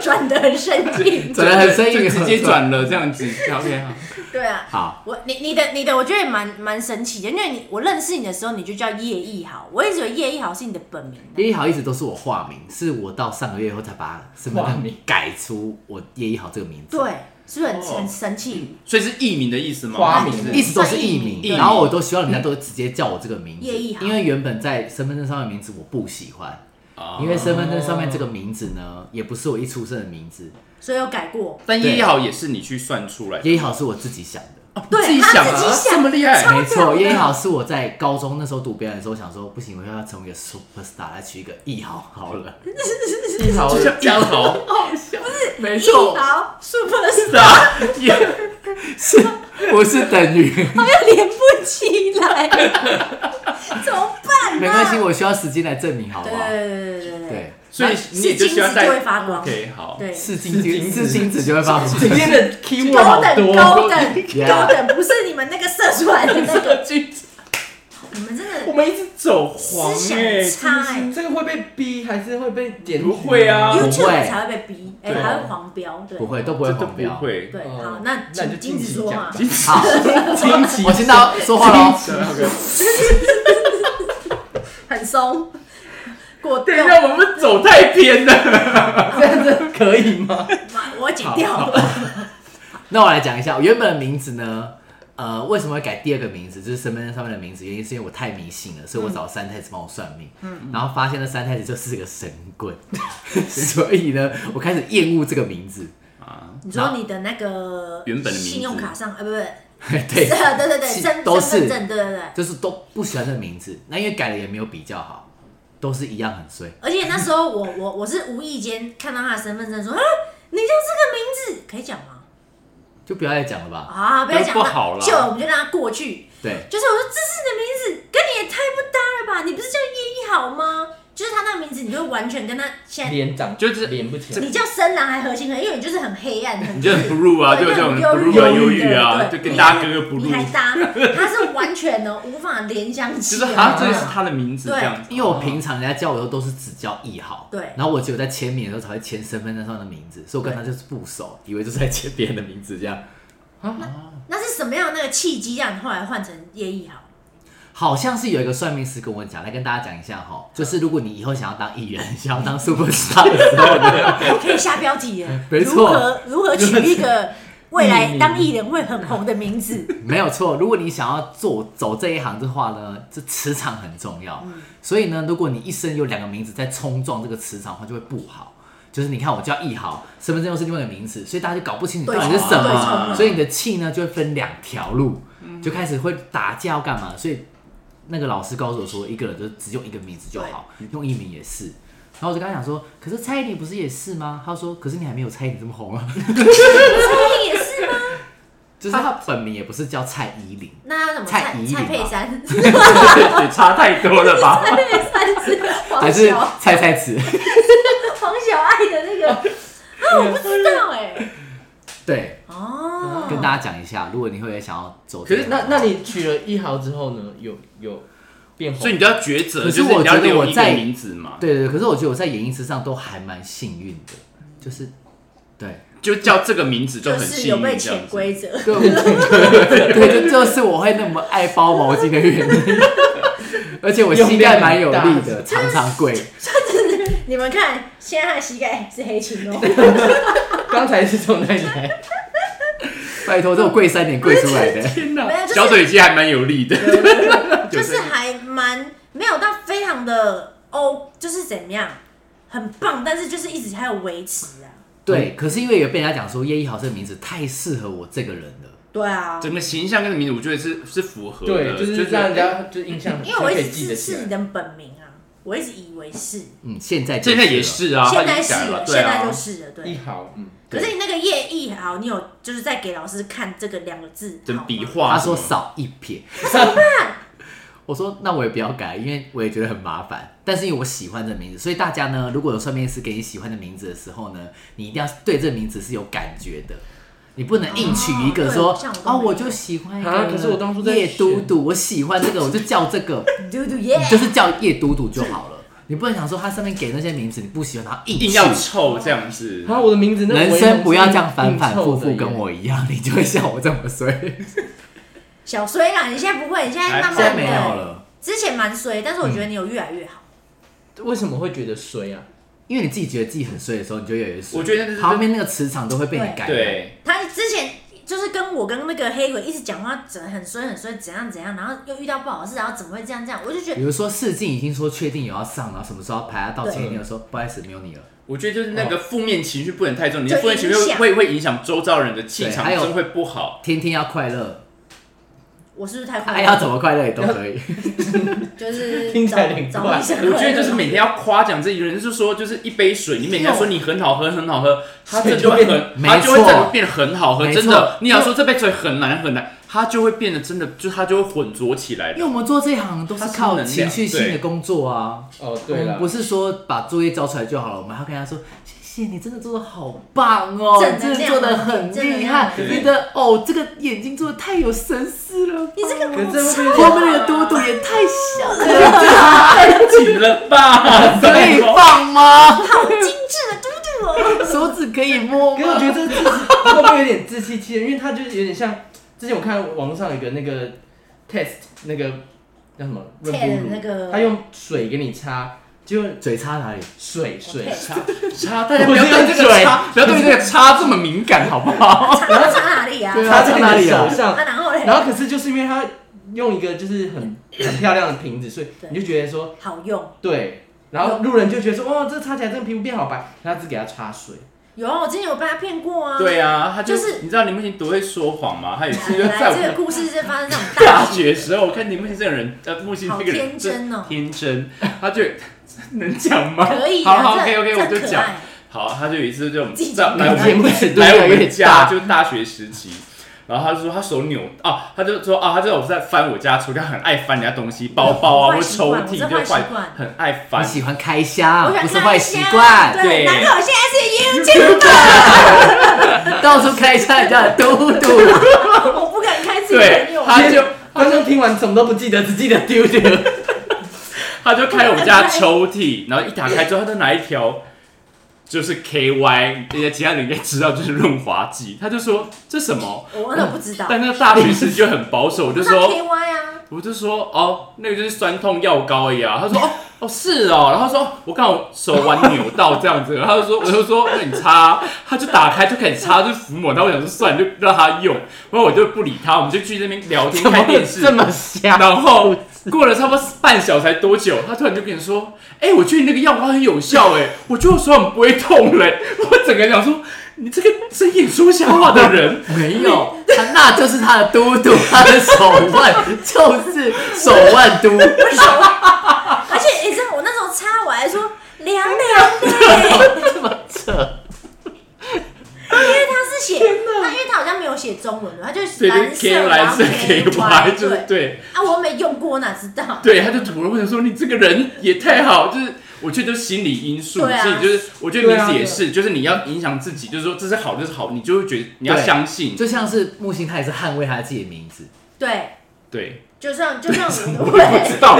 Speaker 2: 转的很生硬。
Speaker 1: 转得很生硬
Speaker 3: 就直接转了这样子。OK，好
Speaker 2: 对啊，
Speaker 1: 啊好，
Speaker 2: 我你你的你的，我觉得也蛮蛮神奇的，因为你我认识你的时候，你就叫叶一豪，我一直以为叶一豪是你的本名。
Speaker 1: 叶一豪一直都是我化名，是我到上个月以后才把身份
Speaker 5: 化
Speaker 1: 证
Speaker 5: 名
Speaker 1: 改出我叶一豪这个名字。
Speaker 2: 对，是不是很、
Speaker 3: 哦
Speaker 2: 很神奇？
Speaker 3: 所以是艺名的意思吗？
Speaker 5: 花名
Speaker 1: 一直都是艺
Speaker 2: 算艺
Speaker 1: 名，
Speaker 3: 名
Speaker 1: 然后我都希望人家都直接叫我这个名字
Speaker 2: 叶一，豪
Speaker 1: 因为原本在身份证上面的名字我不喜欢，
Speaker 3: 啊
Speaker 1: 因为身份证上面这个名字呢，也不是我一出生的名字，
Speaker 2: 所以有改过，
Speaker 3: 但叶一豪也是你去算出来的，哦
Speaker 1: 叶一豪是我自己想的，
Speaker 2: 对
Speaker 3: 自己
Speaker 2: 他
Speaker 3: 想
Speaker 2: 自己
Speaker 3: 啊，
Speaker 2: 想
Speaker 3: 这么厉害，
Speaker 2: 超
Speaker 1: [LAUGHS]
Speaker 2: 屌
Speaker 1: 没错，
Speaker 2: 的
Speaker 1: 叶一豪是我在高中那时候读表演的时候想说，不行，我要成为一个 super star 来取一个一豪好了， [LAUGHS]
Speaker 5: 一豪
Speaker 3: 就像江 [LAUGHS] 豪，
Speaker 1: 没
Speaker 2: 一豪 super star
Speaker 3: 也
Speaker 1: 是不是等于？
Speaker 2: 连不起来，怎么办、啊？
Speaker 1: 没关系，我需要时间来证明，好不
Speaker 2: 对
Speaker 1: 好？
Speaker 2: 对对对对
Speaker 1: 对，
Speaker 3: 所以你也就喜欢
Speaker 2: 是金子就
Speaker 3: 带
Speaker 2: 会发光
Speaker 3: OK，好，
Speaker 2: 对。
Speaker 1: 是金子，
Speaker 5: 是金子
Speaker 1: 是金子就会发
Speaker 5: [LAUGHS] 今天的 keyword
Speaker 2: 高
Speaker 5: 好
Speaker 2: 等
Speaker 5: 多，
Speaker 2: 高等
Speaker 1: Yeah
Speaker 2: 高等，不是你们那个射出来的那个，
Speaker 3: 金子
Speaker 2: 你们真的
Speaker 3: 我们一直走黄
Speaker 2: 思想
Speaker 3: 哎，
Speaker 2: 差
Speaker 1: 欸
Speaker 2: 哎
Speaker 5: [LAUGHS] 这个会被逼还是会被点？
Speaker 3: 不会啊
Speaker 1: 不会
Speaker 2: ，YouTube 才会被逼，哎，
Speaker 3: 对
Speaker 2: 还会黄标，对
Speaker 1: [LAUGHS] 不会都不会
Speaker 3: 这都
Speaker 1: 黄
Speaker 3: 不 [LAUGHS]
Speaker 1: 标。
Speaker 3: 会。
Speaker 2: 对。
Speaker 5: 哦
Speaker 2: 好，那
Speaker 5: 那你就
Speaker 2: 请金
Speaker 5: 尽
Speaker 2: 子
Speaker 5: 情
Speaker 2: 说嘛
Speaker 5: 讲，
Speaker 3: 金子
Speaker 1: 好，
Speaker 5: 惊奇，
Speaker 1: 我听到说话喽。
Speaker 3: 啊
Speaker 2: 很松，过掉
Speaker 3: 等一，下，哎我们走太偏了。
Speaker 5: 这样子 [LAUGHS] 可以吗？
Speaker 2: [LAUGHS] 妈我剪掉，
Speaker 1: 那我来讲一下，我原本的名字呢，呃，为什么会改第二个名字，就是身份证上面的名字，原因是因为我太迷信了，所以我找三太子帮我算命，然后发现那三太子就是个神棍， [LAUGHS] 所以呢，我开始厌恶这个名字，
Speaker 2: 你说你的那个
Speaker 3: 原本的名字
Speaker 2: 信用卡上，呃，不不，
Speaker 1: [LAUGHS] 对，
Speaker 2: [LAUGHS] 对对对对，
Speaker 1: 是
Speaker 2: 身
Speaker 1: 都
Speaker 2: 身份
Speaker 1: 是
Speaker 2: 证，对对对。
Speaker 1: 就是都不喜欢这个名字，那因为改了也没有比较好，都是一样很衰，
Speaker 2: 而且那时候我我我是无意间看到他的身份证，说啊，你叫这个名字可以讲吗？
Speaker 1: 就不要再讲了吧，
Speaker 2: 啊，不要讲
Speaker 3: 不好
Speaker 2: 那
Speaker 3: 啦
Speaker 2: 就我们就让他过去。
Speaker 1: 对，
Speaker 2: 就是我说这是你的名字，跟你也太不搭了吧？你不是叫叶一豪吗？就是他那个名字，你就完全跟他现在，
Speaker 5: 脸长
Speaker 3: 就是
Speaker 5: 脸不起来，
Speaker 2: 你叫深蓝还合心合意，因为你就是很黑暗，很
Speaker 3: 你就很 blue 啊，就
Speaker 2: 对
Speaker 3: 这种
Speaker 2: 那种
Speaker 3: blue 啊，忧
Speaker 2: 忧郁
Speaker 3: 郁啊，
Speaker 2: 对
Speaker 3: 就
Speaker 2: 对
Speaker 3: 跟大家哥哥
Speaker 2: 你还
Speaker 3: blue，
Speaker 2: 搭，他是完全哦无法联想
Speaker 3: 就
Speaker 2: 起
Speaker 3: 是
Speaker 2: 来
Speaker 3: 啊，这个是他的名字
Speaker 2: 对
Speaker 3: 这样子。
Speaker 1: 因为我平常人家叫我都是只叫一号，
Speaker 2: 对
Speaker 1: 然后我只有在签名的时候才会签身份证上的名字，所以我跟他就是不熟，以为就是在签别人的名字这样。
Speaker 2: 那是什么样的那个契机让你后来换成叶一豪？
Speaker 1: 好像是有一个算命师跟我讲，来跟大家讲一下哈，就是如果你以后想要当艺人，想要当 [LAUGHS] super star 的时候呢，
Speaker 2: 我可以下标题
Speaker 3: [LAUGHS]
Speaker 2: 耶，
Speaker 1: 没
Speaker 2: 如
Speaker 1: 错
Speaker 2: 何如何取一个未来当艺人会很红的名字？
Speaker 1: 没有错，如果你想要做走这一行的话呢，这磁场很重要。
Speaker 2: 嗯
Speaker 1: 所以呢，如果你一生有两个名字在冲撞这个磁场的话，就会不好。就是你看，我叫易豪，身份证又是另外一个名字，所以大家就搞不清楚到底是
Speaker 2: 对
Speaker 1: 什
Speaker 2: 冲嗯
Speaker 1: 么，
Speaker 2: 对
Speaker 1: 所以你的气呢就会分两条路，就开始会打架要干嘛。所以那个老师告诉我说，一个人就只用一个名字就好，用艺名也是。然后我就跟他讲说，可是蔡依林不是也是吗？他说，可是你还没有蔡依林这么红啊， [LAUGHS]
Speaker 2: 这也是吗？
Speaker 1: 就是他本名也不是叫蔡依林，
Speaker 2: 那要怎么
Speaker 1: 蔡
Speaker 2: 蔡
Speaker 1: 依林
Speaker 2: 蔡
Speaker 1: 吧
Speaker 2: 佩
Speaker 3: [LAUGHS]
Speaker 2: 珊？
Speaker 3: 也差太多
Speaker 1: [LAUGHS]
Speaker 3: 了吧？
Speaker 2: 三只黄
Speaker 1: 还是
Speaker 2: 小
Speaker 1: 蔡蔡词。
Speaker 2: 黄小爱的那个啊，我不知道
Speaker 3: [LAUGHS]
Speaker 2: 哎。
Speaker 1: [LAUGHS] 对，
Speaker 2: 哦，
Speaker 3: 嗯
Speaker 1: 跟大家讲一下，如果你会想要走
Speaker 5: 可
Speaker 1: 这个
Speaker 5: 是
Speaker 1: 路，
Speaker 5: 那那你取了一号之后呢？有有变红？
Speaker 3: 所以你就要抉择，
Speaker 1: 可是
Speaker 3: 就是
Speaker 1: 我
Speaker 3: 你要
Speaker 1: 觉得
Speaker 3: 留
Speaker 1: 我
Speaker 3: 一个
Speaker 1: 在
Speaker 3: 名字嘛，
Speaker 1: 对对对，可是我觉得我在演艺之上都还蛮幸运的，就是对
Speaker 3: 就叫这个名字就
Speaker 2: 就
Speaker 3: 很
Speaker 2: 是
Speaker 3: 吸
Speaker 2: 有
Speaker 3: 引
Speaker 2: 被
Speaker 3: 这
Speaker 2: 潜
Speaker 3: 样子。
Speaker 2: 规则， [LAUGHS]
Speaker 1: 对对 [LAUGHS] 对，这就是我会那么爱包毛巾的原因， [LAUGHS] 而且我膝盖蛮有力的，常常跪。
Speaker 2: 你们看，现在他的膝盖是黑青哦，
Speaker 5: 刚才是从哪
Speaker 1: [LAUGHS]
Speaker 5: 里来？
Speaker 1: 拜托，这种跪三年跪出来的， [LAUGHS]
Speaker 3: 天哪
Speaker 2: 没有就是
Speaker 3: 小腿肌还蛮有力的， [LAUGHS]
Speaker 2: 就是还蛮没有到非常的哦，就是怎么样，很棒，但是就是一直还有维持啊。
Speaker 1: 对。可是因为有被人家讲说叶一豪这个名字太适合我这个人了，
Speaker 2: 对啊，
Speaker 3: 整个形象跟名字，我觉得是是符合的，
Speaker 5: [LAUGHS] 对，就是让人
Speaker 1: 哎
Speaker 5: 家就印象，
Speaker 2: 因为我
Speaker 5: 可
Speaker 2: 一
Speaker 5: 以
Speaker 2: 直
Speaker 5: 记得
Speaker 2: 是
Speaker 5: 起
Speaker 2: 是你
Speaker 5: 来。
Speaker 2: 的本名啊，我一直以为是，
Speaker 1: 嗯，现在就
Speaker 3: [LAUGHS] 现在也
Speaker 1: 了，
Speaker 3: 是啊，
Speaker 2: 现在是
Speaker 3: 他已经讲了，
Speaker 2: 了，
Speaker 3: 对
Speaker 2: 现在
Speaker 3: 啊
Speaker 2: 就，是了，
Speaker 5: 一
Speaker 2: 对。
Speaker 5: 号，嗯，
Speaker 2: 可
Speaker 1: 对
Speaker 2: 是你那个叶意好，你有就是在给老师看这个两个字，
Speaker 3: 整
Speaker 2: 好
Speaker 3: 笔
Speaker 2: 吗
Speaker 3: 画
Speaker 1: 他
Speaker 3: 什么，
Speaker 1: 说少一撇，哦 [LAUGHS] 我说那我也不要改，因为我也觉得很麻烦。但是因为我喜欢这名字，所以大家呢，如果有算命师给你喜欢的名字的时候呢，你一定要对这名字是有感觉的。你不能硬取一个
Speaker 2: 哦
Speaker 1: 说
Speaker 2: 对像我都
Speaker 1: 啊，
Speaker 2: 没有
Speaker 1: 我就喜欢一
Speaker 5: 啊
Speaker 1: 个。
Speaker 5: 可是我当初在
Speaker 1: 叶嘟
Speaker 5: 选
Speaker 1: 嘟，我喜欢这个，我就叫这个，
Speaker 2: 嘟嘟耶
Speaker 1: 你，就是叫叶嘟嘟就好了。你不能想说他上面给那些名字你不喜欢，然后硬
Speaker 3: 硬
Speaker 1: 取。
Speaker 3: 要凑这样子
Speaker 5: 然，后我的名字那
Speaker 1: 嗯人生不要这样反反复
Speaker 5: 硬
Speaker 1: 复
Speaker 5: 凑的耶
Speaker 1: 跟我一样，你就会像我这么衰。
Speaker 2: 小衰啦，你现在不会，你现在慢
Speaker 1: 哎现
Speaker 2: 慢
Speaker 1: 在
Speaker 2: 的
Speaker 1: 没有了，
Speaker 2: 之前蛮衰，但是我觉得你有越来越好。
Speaker 5: 为什么会觉得衰啊？
Speaker 1: 因为你自己觉得自己很衰的时候，你就越来越衰。
Speaker 3: 我觉得那是
Speaker 1: 旁边那个磁场都会被你改变。
Speaker 3: 对，
Speaker 2: 他之前就是跟我跟那个黑鬼一直讲话，怎很衰很衰，怎样怎样，然后又遇到不好的事，然后怎么会这样这样，我就觉得
Speaker 1: 比如说试镜已经说确定有要上，然后什么时候要排，到前一天的时候，不好意思，没有你了。
Speaker 3: 我觉得就是那
Speaker 1: 哦
Speaker 3: 个负面情绪不能太重，你
Speaker 2: 就
Speaker 3: 的负面情绪
Speaker 2: 影
Speaker 3: 会
Speaker 2: 响
Speaker 3: 会会影响周遭人的气场，
Speaker 1: 对还有
Speaker 3: 真会不好。
Speaker 1: 天天要快乐，
Speaker 2: 我是不是太快
Speaker 1: 爱
Speaker 2: 乐？
Speaker 1: 要怎么快乐也都可以。
Speaker 2: 就是
Speaker 5: 听起来有点
Speaker 2: 找
Speaker 5: 怪
Speaker 2: 找一下快乐
Speaker 3: 我觉得就是每天要夸奖自己，人就是说，就是一杯水，你每天说你很好喝，很好喝，它真的就会很，
Speaker 1: 没
Speaker 3: 它就会
Speaker 1: 错
Speaker 3: 真的变得很好喝，
Speaker 1: 没
Speaker 3: 真
Speaker 1: 错
Speaker 3: 的。你要说这杯水很难很难，它就会变得真的，就它就会混浊起来
Speaker 1: [LAUGHS] 因为我们做这一行都是靠情绪性的工作啊，
Speaker 5: 哦，
Speaker 1: 我
Speaker 5: 对了
Speaker 1: 们，不是说把作业交出来就好了，我们还要跟他说。谢谢你真的做的好棒哦，
Speaker 2: 正
Speaker 1: 你
Speaker 2: 能量啊
Speaker 1: 真的做的很厉
Speaker 2: 正
Speaker 1: 害，
Speaker 2: 啊
Speaker 3: 能量
Speaker 1: 你的哦这个眼睛做的太有神似了
Speaker 2: [LAUGHS]
Speaker 1: 吧，
Speaker 2: 你这个
Speaker 5: 可是这
Speaker 2: 啊
Speaker 5: 会不会
Speaker 1: 后面那个嘟嘟也太像了，
Speaker 3: 紧了 [LAUGHS] 吧？
Speaker 1: 可以放吗？
Speaker 2: 好精致的嘟嘟哦，
Speaker 1: 手指可以
Speaker 2: [LAUGHS]
Speaker 1: 摸
Speaker 5: [LAUGHS] 可是我
Speaker 1: 吗？
Speaker 5: 觉得这自己会不会有点自欺欺人？因为他就是有点像之前我看网络上有一个那个 test 那个叫什么润
Speaker 2: 配的
Speaker 5: 肤
Speaker 2: 那
Speaker 5: 乳，
Speaker 2: 个
Speaker 5: 他用水给你擦，就
Speaker 1: 嘴插哪里？
Speaker 5: 水水， [LAUGHS]
Speaker 3: 差，大家不要对这个差，不要对这个差这么敏感，好不好？
Speaker 2: 插插哪里啊？
Speaker 1: 对
Speaker 5: 擦在
Speaker 1: 哪
Speaker 5: 你
Speaker 1: 里啊
Speaker 5: 的手上
Speaker 2: 啊，，然后嘞，
Speaker 5: 然后可是就是因为他用一个就是 [COUGHS] 很很漂亮的瓶子，所以
Speaker 2: 对
Speaker 5: 你就觉得说
Speaker 2: 好用。
Speaker 5: 对，然后路人就觉得说哇，这擦起来真的皮肤变好白，然后他只给他擦水，
Speaker 2: 有，我之前有被他骗过啊。
Speaker 3: [LAUGHS] 对啊，他就
Speaker 2: 就是
Speaker 3: 你知道林梦欣多会说谎吗？他有一次就在
Speaker 2: 来，这
Speaker 3: 我
Speaker 2: 个故事是发生在我们
Speaker 3: 大
Speaker 2: 大学，
Speaker 3: 学时候，我看林梦欣这个人，呃，木欣这
Speaker 2: 好
Speaker 3: 个人
Speaker 2: 天真哦，
Speaker 3: 天真，他就 [LAUGHS] 能讲吗？
Speaker 2: 可以啊。
Speaker 3: 好好
Speaker 2: 这
Speaker 3: ，OK OK，
Speaker 2: 这
Speaker 3: 我就
Speaker 2: 可
Speaker 3: 讲。
Speaker 2: 爱
Speaker 3: 好，他就有一次就
Speaker 2: 自己
Speaker 3: 在来我
Speaker 5: 节目
Speaker 3: 们
Speaker 5: 尺度
Speaker 3: 来我
Speaker 5: 有
Speaker 3: 们
Speaker 5: 点
Speaker 3: 家，
Speaker 5: 大，
Speaker 3: 就大学时期。然后他就说他手扭啊，他就说啊，他知道我在翻我家抽屉，他很爱翻人家东西，包包啊
Speaker 2: 坏
Speaker 3: 或
Speaker 2: 习
Speaker 3: 抽
Speaker 2: 惯
Speaker 3: 屉
Speaker 2: 我这
Speaker 3: 就
Speaker 2: 坏习
Speaker 3: 坏
Speaker 2: 惯，
Speaker 3: 很爱
Speaker 1: 你
Speaker 3: 翻。
Speaker 1: 喜欢开箱
Speaker 2: 我，想
Speaker 1: 不是
Speaker 2: 看
Speaker 1: 坏
Speaker 2: 一
Speaker 1: 习
Speaker 2: 下
Speaker 1: 惯，
Speaker 2: 对，
Speaker 3: 对
Speaker 2: 难怪我现在是 YouTube，
Speaker 1: 到处开箱人家的嘟嘟。
Speaker 2: 我不敢开自己的
Speaker 3: 对
Speaker 2: 朋友，圈
Speaker 3: 他就
Speaker 5: 观众听完什么都不记得，只记得丢丢。
Speaker 3: 他就开我们家抽屉，然后一打开之后，他就拿一条就是 KY，人家其他人应该知道就是润滑剂，他就说这什
Speaker 5: [LAUGHS]
Speaker 3: 么？
Speaker 2: 我那不知道，
Speaker 3: 但那个大学时就很保守，我就
Speaker 2: 那
Speaker 3: 说
Speaker 2: K Y 啊，
Speaker 3: 我就说哦，那个就是酸痛药膏而已啊。他说哦 [LAUGHS] 哦是哦，然后说哦我刚好手腕扭到这样子，然后他就说我就说那你擦啊，他就打开就开始擦，就抚摸。然后我想说算了，就让他用，然后我就不理他，我们就去那边聊天
Speaker 5: 怎么
Speaker 3: 看
Speaker 5: 会
Speaker 3: 电视
Speaker 5: 这。么
Speaker 3: [LAUGHS]
Speaker 5: 瞎？
Speaker 3: 然后过了差不多半小时才多久，他突然就跟你说：“哎、我觉得你那个药膏很有效、哎，我觉得我手很不会痛了、哎 [LAUGHS] 我整个人想说，你这个睁眼说瞎话的人，
Speaker 1: 没有，他那就是他的嘟嘟，他的手腕 [LAUGHS] 就是手腕嘟，
Speaker 2: 而且
Speaker 3: [LAUGHS]
Speaker 2: 你知道我那时候擦，我还说凉凉的，
Speaker 1: 这么扯。
Speaker 2: 因为他是写，他因为他好像没有写中文的，他就
Speaker 3: 对，
Speaker 2: 蓝
Speaker 3: [LAUGHS] 就是
Speaker 2: 色
Speaker 3: K 蓝色 K Y，就是 [LAUGHS]
Speaker 2: 对
Speaker 3: 对。”
Speaker 2: 啊，我没用过，我哪知道？
Speaker 3: 对，他就吐了，或者说你这个人也太好，就是我觉得就是心理因素，
Speaker 2: 对啊
Speaker 3: 所以就是我觉得名字也是，就是你要影响自己，就是说这是好就是好，你就会觉得你要
Speaker 1: 对
Speaker 3: 相信，
Speaker 1: 就像是木星，他也是捍卫他自己的名字。
Speaker 2: 对，
Speaker 3: 对，
Speaker 2: 就像就像
Speaker 3: [LAUGHS]
Speaker 2: 我，
Speaker 3: 我不知道，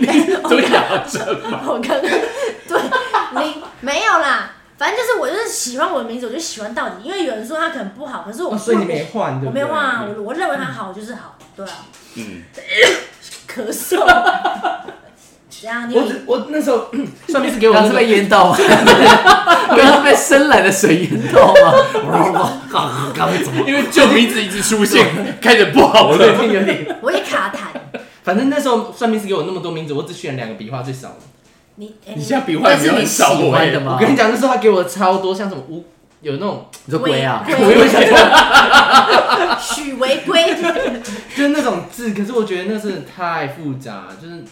Speaker 3: 你都雅真嘛，
Speaker 2: 我刚刚对你没有啦，反正就是我就是喜欢我的名字，我就喜欢到底。因为有人说他可能不好，可是我、
Speaker 5: 哦所以你没换，对
Speaker 2: 我
Speaker 5: 不对？嗯
Speaker 2: 没有啊，我我认为他好就是好，对
Speaker 3: [LAUGHS]
Speaker 2: 啊，
Speaker 3: 嗯，
Speaker 2: 咳嗽，怎
Speaker 3: 嗯
Speaker 2: 样？你有
Speaker 5: 我只我那时候 [COUGHS] 算命是给我
Speaker 1: 刚
Speaker 5: 那
Speaker 1: 是
Speaker 5: 个
Speaker 1: 被淹到吗？刚是被深蓝的水淹到吗？刚刚怎么？
Speaker 3: 因为旧名字一直出现，开始不好了，
Speaker 5: 有点。
Speaker 2: 我也卡痰，
Speaker 5: 反正那时候算命是给我那么多名字，我只选两个笔画最少的。
Speaker 2: 你哎
Speaker 3: 你现在笔画也
Speaker 1: 那
Speaker 3: 没
Speaker 1: 是
Speaker 3: 有
Speaker 1: 你
Speaker 3: 很
Speaker 1: 喜
Speaker 3: 少我
Speaker 1: 欢
Speaker 3: 哎
Speaker 1: 的，吗
Speaker 5: 我跟？你讲，那时候他给我超多，像什么乌，有那种
Speaker 1: 你说龟啊？ [LAUGHS]
Speaker 2: 龟
Speaker 5: 我有想说，
Speaker 2: 许违规，
Speaker 5: 就是那种字，可是我觉得那真的太复杂，就是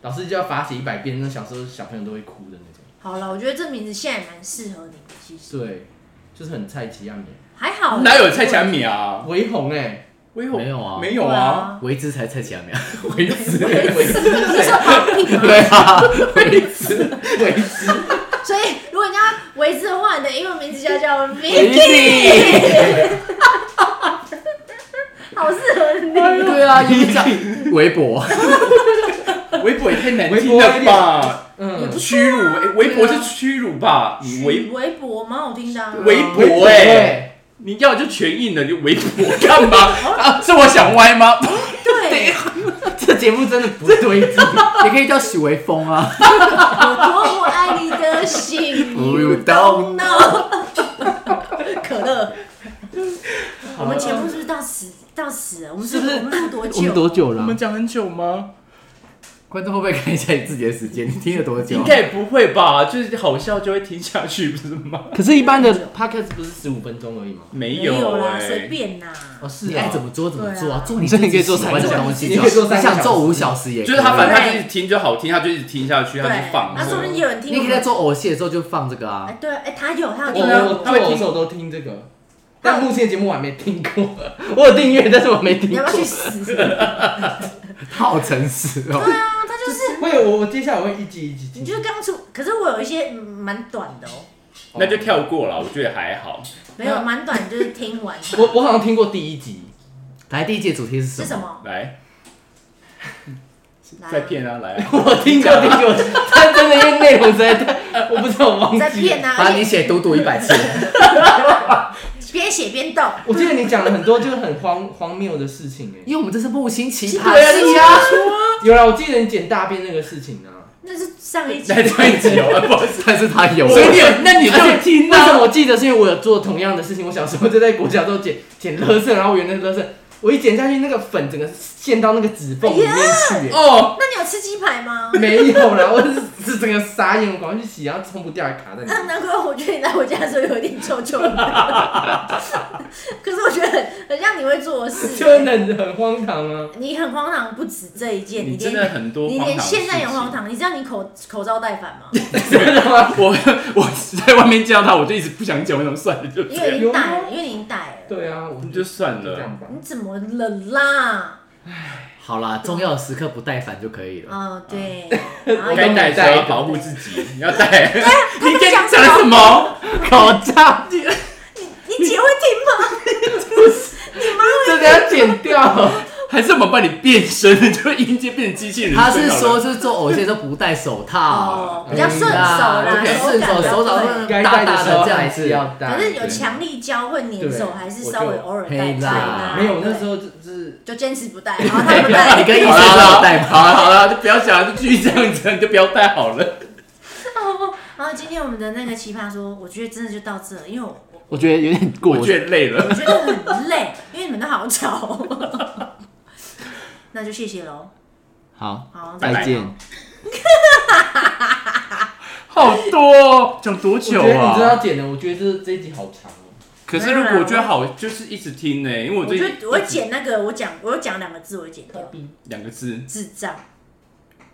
Speaker 5: 老师就要罚写一百遍，那小时候小朋友都会哭的那种。
Speaker 2: 好了，我觉得这名字现在蛮适合你的，其实
Speaker 5: 对，就是很菜奇亚米，
Speaker 2: 还好啦。
Speaker 3: 哪有蔡佳敏啊？
Speaker 5: 微红哎、
Speaker 3: 我有
Speaker 1: 哦没有啊
Speaker 3: 没
Speaker 2: 对
Speaker 3: 有啊，
Speaker 2: 啊？
Speaker 1: 维之才蔡奇亚没有？
Speaker 3: 维斯
Speaker 5: 维 [LAUGHS] 斯
Speaker 2: 你是有毛病吗？
Speaker 1: 对啊，
Speaker 3: 维斯，
Speaker 5: 维斯，
Speaker 2: 所以如果你要维持的话，你的英文名字就要叫 Vicky，
Speaker 1: Vicky
Speaker 2: 好适合你。[LAUGHS]
Speaker 1: 对啊，就是这样。微博，
Speaker 3: 微博也太难
Speaker 5: 微
Speaker 3: 听
Speaker 5: 博
Speaker 3: 了
Speaker 5: 有点
Speaker 3: 吧？
Speaker 5: 嗯
Speaker 2: 也，不
Speaker 3: 屈辱，哎微博
Speaker 5: 对
Speaker 3: 是
Speaker 5: 啊
Speaker 3: 屈辱吧？你微
Speaker 2: 微微博蛮好听的、啊。
Speaker 3: 微博
Speaker 5: 博
Speaker 3: 哎
Speaker 5: 哎
Speaker 3: 你要就全硬的，就围脖干嘛啊？是我想歪吗？
Speaker 2: 对，
Speaker 5: 这节目真的不对劲，
Speaker 1: 也可以叫许微风啊。
Speaker 2: 我多么爱你的心
Speaker 1: 不
Speaker 2: ，You
Speaker 1: 用
Speaker 2: don't
Speaker 1: 动
Speaker 2: know。可乐，我们节目是不是到此到此了？我们
Speaker 5: 是不是
Speaker 2: 我们录多久？
Speaker 5: 我们多久了
Speaker 3: 我
Speaker 5: 啊、
Speaker 3: 们讲很久吗？
Speaker 1: 观众会不会看一下你自己的时间？你听了多久
Speaker 3: 应？该也不会吧，就是好笑就会听下去，不是吗？
Speaker 5: 可是，一般的 podcast 不是十五分钟而已吗？
Speaker 3: 没
Speaker 2: 没有啦，
Speaker 3: 哎
Speaker 2: 随便啦。
Speaker 5: 哦，是
Speaker 1: 你
Speaker 5: 啊
Speaker 1: 爱，怎么做怎么做啊
Speaker 2: 对啊，
Speaker 1: 做你自己喜欢的东西就好。
Speaker 5: 你可以做三个小时
Speaker 1: 想做五小时也可以啊
Speaker 3: 就是他，反正他就一直听就好听，他就一直听下去，
Speaker 2: 对
Speaker 3: 他就，放
Speaker 2: 那说不定也
Speaker 3: 着。
Speaker 2: 有人听。
Speaker 1: 你可以在做偶戏的时候就放这个
Speaker 2: 哎
Speaker 1: 啊。，
Speaker 2: 对，哎，他有，他有
Speaker 5: 我
Speaker 2: 听
Speaker 3: 对啊
Speaker 2: 到。
Speaker 5: 我做我时候都哦听这个，但目前节目我还没听过，我有订阅，但是我没
Speaker 2: 你
Speaker 5: 听
Speaker 2: 要
Speaker 5: 过
Speaker 2: 不要。去死？
Speaker 1: 他好诚实哦。
Speaker 2: 对啊，他就是，
Speaker 5: 会，我我接下来会一集一集
Speaker 2: 你
Speaker 5: 听
Speaker 2: 就。是刚出，可是我有一些嗯蛮短的哦，
Speaker 3: 那就跳过了，我觉得还好。
Speaker 2: 没有蛮短，就是听完。
Speaker 5: 我我好像听过第一集，
Speaker 1: 来，第一届主题是
Speaker 2: 是
Speaker 1: 什
Speaker 2: 什
Speaker 1: 么？
Speaker 2: 么？
Speaker 3: 来，
Speaker 2: 来啊
Speaker 3: 再骗啊，
Speaker 5: [LAUGHS]
Speaker 3: 来啊！
Speaker 5: 我听过第一 [LAUGHS] 集，但真的因为内容实在
Speaker 2: [LAUGHS]
Speaker 5: 太，我不知道我忘
Speaker 2: 呃在
Speaker 5: 记了。
Speaker 2: 骗啊！
Speaker 1: 把
Speaker 2: 而
Speaker 1: 你
Speaker 2: 且
Speaker 1: 写读读一
Speaker 2: [LAUGHS]
Speaker 1: 百次，
Speaker 2: 边写边逗，
Speaker 5: 我记得你讲了很多就是很荒荒谬的事情哎、
Speaker 1: 因为我们这是木星奇葩
Speaker 2: 对啊
Speaker 1: 季啊。
Speaker 5: 有啦，我记得你捡大便那个事情啊，
Speaker 2: 那是上一集。
Speaker 3: 再再一集哦，不好意思。
Speaker 1: 但是他有，
Speaker 3: 所以你有，那你就听
Speaker 5: 为什么
Speaker 3: 啊。
Speaker 5: 我记得？是因为我有做同样的事情。我小时候就在国小都捡捡垃圾，然后我原来垃圾，我一捡下去，那个粉整个陷到那个指缝里面去、哎
Speaker 3: 哦，
Speaker 2: 那你有吃鸡排吗？ [LAUGHS]
Speaker 5: [LAUGHS] 没有啦，我只是整个傻眼，我赶快去洗，然后冲不掉，还卡在里
Speaker 2: 那
Speaker 5: 面。
Speaker 2: 难怪我觉得你来我家的时候有点臭臭的， [LAUGHS] 可是我觉得很很像你会做的
Speaker 5: [LAUGHS] 就很
Speaker 2: 事。
Speaker 5: 很荒唐啊！
Speaker 2: 你很荒唐，不止这一件，
Speaker 3: 你真的
Speaker 2: 连
Speaker 3: 很多
Speaker 2: 你
Speaker 3: 荒
Speaker 2: 连
Speaker 3: 唐的
Speaker 2: 现在也
Speaker 3: 事情
Speaker 2: 荒唐。你知道你口口罩戴反吗？
Speaker 5: 真的吗？
Speaker 3: 我我在外面见到他，我就一直不想讲，我想算了，就
Speaker 2: 因
Speaker 3: 这
Speaker 2: 为
Speaker 3: 样，
Speaker 2: 你戴了，因为你戴了，
Speaker 5: 对啊，我
Speaker 3: 就算
Speaker 5: 这
Speaker 3: 了。
Speaker 5: 样吧。
Speaker 2: 你怎么了啦？
Speaker 1: 好啦，重要的时刻不带反就可以了。
Speaker 2: 哦，对，然后
Speaker 5: 该
Speaker 3: 该戴
Speaker 5: 戴的
Speaker 3: 的
Speaker 5: 时候要
Speaker 3: 要
Speaker 5: 保
Speaker 3: 保
Speaker 5: 护
Speaker 3: 护自己，你要戴。
Speaker 2: 哎
Speaker 3: 你
Speaker 2: 在
Speaker 3: 在
Speaker 2: 讲
Speaker 3: 讲
Speaker 2: 什么
Speaker 3: 什么？
Speaker 1: 口罩，
Speaker 2: 你姐会听吗？你妈会
Speaker 5: 这个要剪掉，
Speaker 3: 还是我们帮你变身，你就会音阶变成机器人。
Speaker 1: 他是说，就是做偶像都不戴手套哎
Speaker 2: 哦，比较顺手啦
Speaker 1: 对啊比较顺手，手
Speaker 2: 手
Speaker 1: 掌
Speaker 2: 感
Speaker 1: 会
Speaker 5: 该
Speaker 1: 大
Speaker 5: 戴的
Speaker 1: 大
Speaker 5: 时候
Speaker 1: 的这
Speaker 5: 还
Speaker 1: 样
Speaker 5: 是
Speaker 1: 子。
Speaker 5: 要戴。
Speaker 2: 可是有强力胶会粘手，还是稍微偶尔
Speaker 1: 对
Speaker 2: 戴
Speaker 1: 我就
Speaker 2: 戴啊？
Speaker 5: 没有，那时
Speaker 2: 候
Speaker 5: 候就是
Speaker 2: 就坚持不戴，然后他不戴， [LAUGHS]
Speaker 1: 你跟医生
Speaker 3: 好了
Speaker 1: 都有
Speaker 3: 好
Speaker 1: 戴
Speaker 3: 了
Speaker 1: 吗？
Speaker 3: 哎好了好了，就不要讲，就继续这样子，你就不要戴好了。
Speaker 2: 然后今天我们的那个奇葩说，我觉得真的就到这，因为我我
Speaker 1: 我觉得有点过
Speaker 3: 我觉得累了，
Speaker 2: 我觉得很累，因为你们都好吵 [LAUGHS] 哦。那就谢谢喽，
Speaker 1: 好，
Speaker 2: 好，
Speaker 3: 拜
Speaker 1: 再
Speaker 3: 拜
Speaker 1: 见。
Speaker 3: [LAUGHS] 好多哦讲多
Speaker 5: 我觉
Speaker 3: 久
Speaker 5: 得你知道
Speaker 3: 啊？
Speaker 5: 点的，我觉得这这一集好长哦。
Speaker 3: 可是如果我觉得好，就是一直听呢，因为我
Speaker 2: 我
Speaker 3: 最
Speaker 2: 觉
Speaker 3: 近
Speaker 2: 得我会剪那个，我讲我有讲两个字，我会剪掉，
Speaker 3: 两个字
Speaker 2: 智障。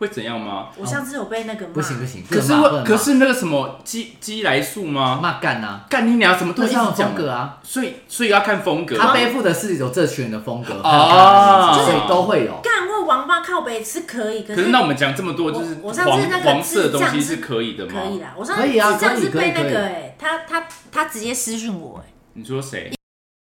Speaker 3: 会怎样吗？
Speaker 2: 我上次有被那个骂，
Speaker 1: 不行不，行，
Speaker 3: 可
Speaker 1: 不
Speaker 3: 是
Speaker 1: 能骂不
Speaker 3: 我
Speaker 1: 能
Speaker 3: 可是那个什么基基来素吗？
Speaker 1: 骂骂干啊，
Speaker 3: 干你娘，什么都
Speaker 1: 对，
Speaker 3: 一
Speaker 1: 是
Speaker 3: 直
Speaker 1: 他的
Speaker 3: 讲
Speaker 1: 风，格啊，
Speaker 3: 所以所以要看风格。啊
Speaker 1: 他背负的是有这群人的风格，
Speaker 3: 哦
Speaker 1: 还有他的名字所以都会有。
Speaker 2: 干或王八靠北是可以，可
Speaker 3: 可
Speaker 2: 是
Speaker 3: 是那我们讲这么多，就是
Speaker 2: 我我上次
Speaker 3: 黄
Speaker 2: 那个
Speaker 3: 黄色的东
Speaker 2: 智障
Speaker 3: 西
Speaker 2: 是
Speaker 3: 是可以的吗
Speaker 2: 可？以啦。我上
Speaker 1: 可
Speaker 2: 次
Speaker 1: 以啊
Speaker 2: 智障
Speaker 1: 可以
Speaker 2: 是被
Speaker 1: 可以
Speaker 2: 那
Speaker 1: 可以
Speaker 2: 个哎，他他他直接私讯我哎，
Speaker 3: 你说谁？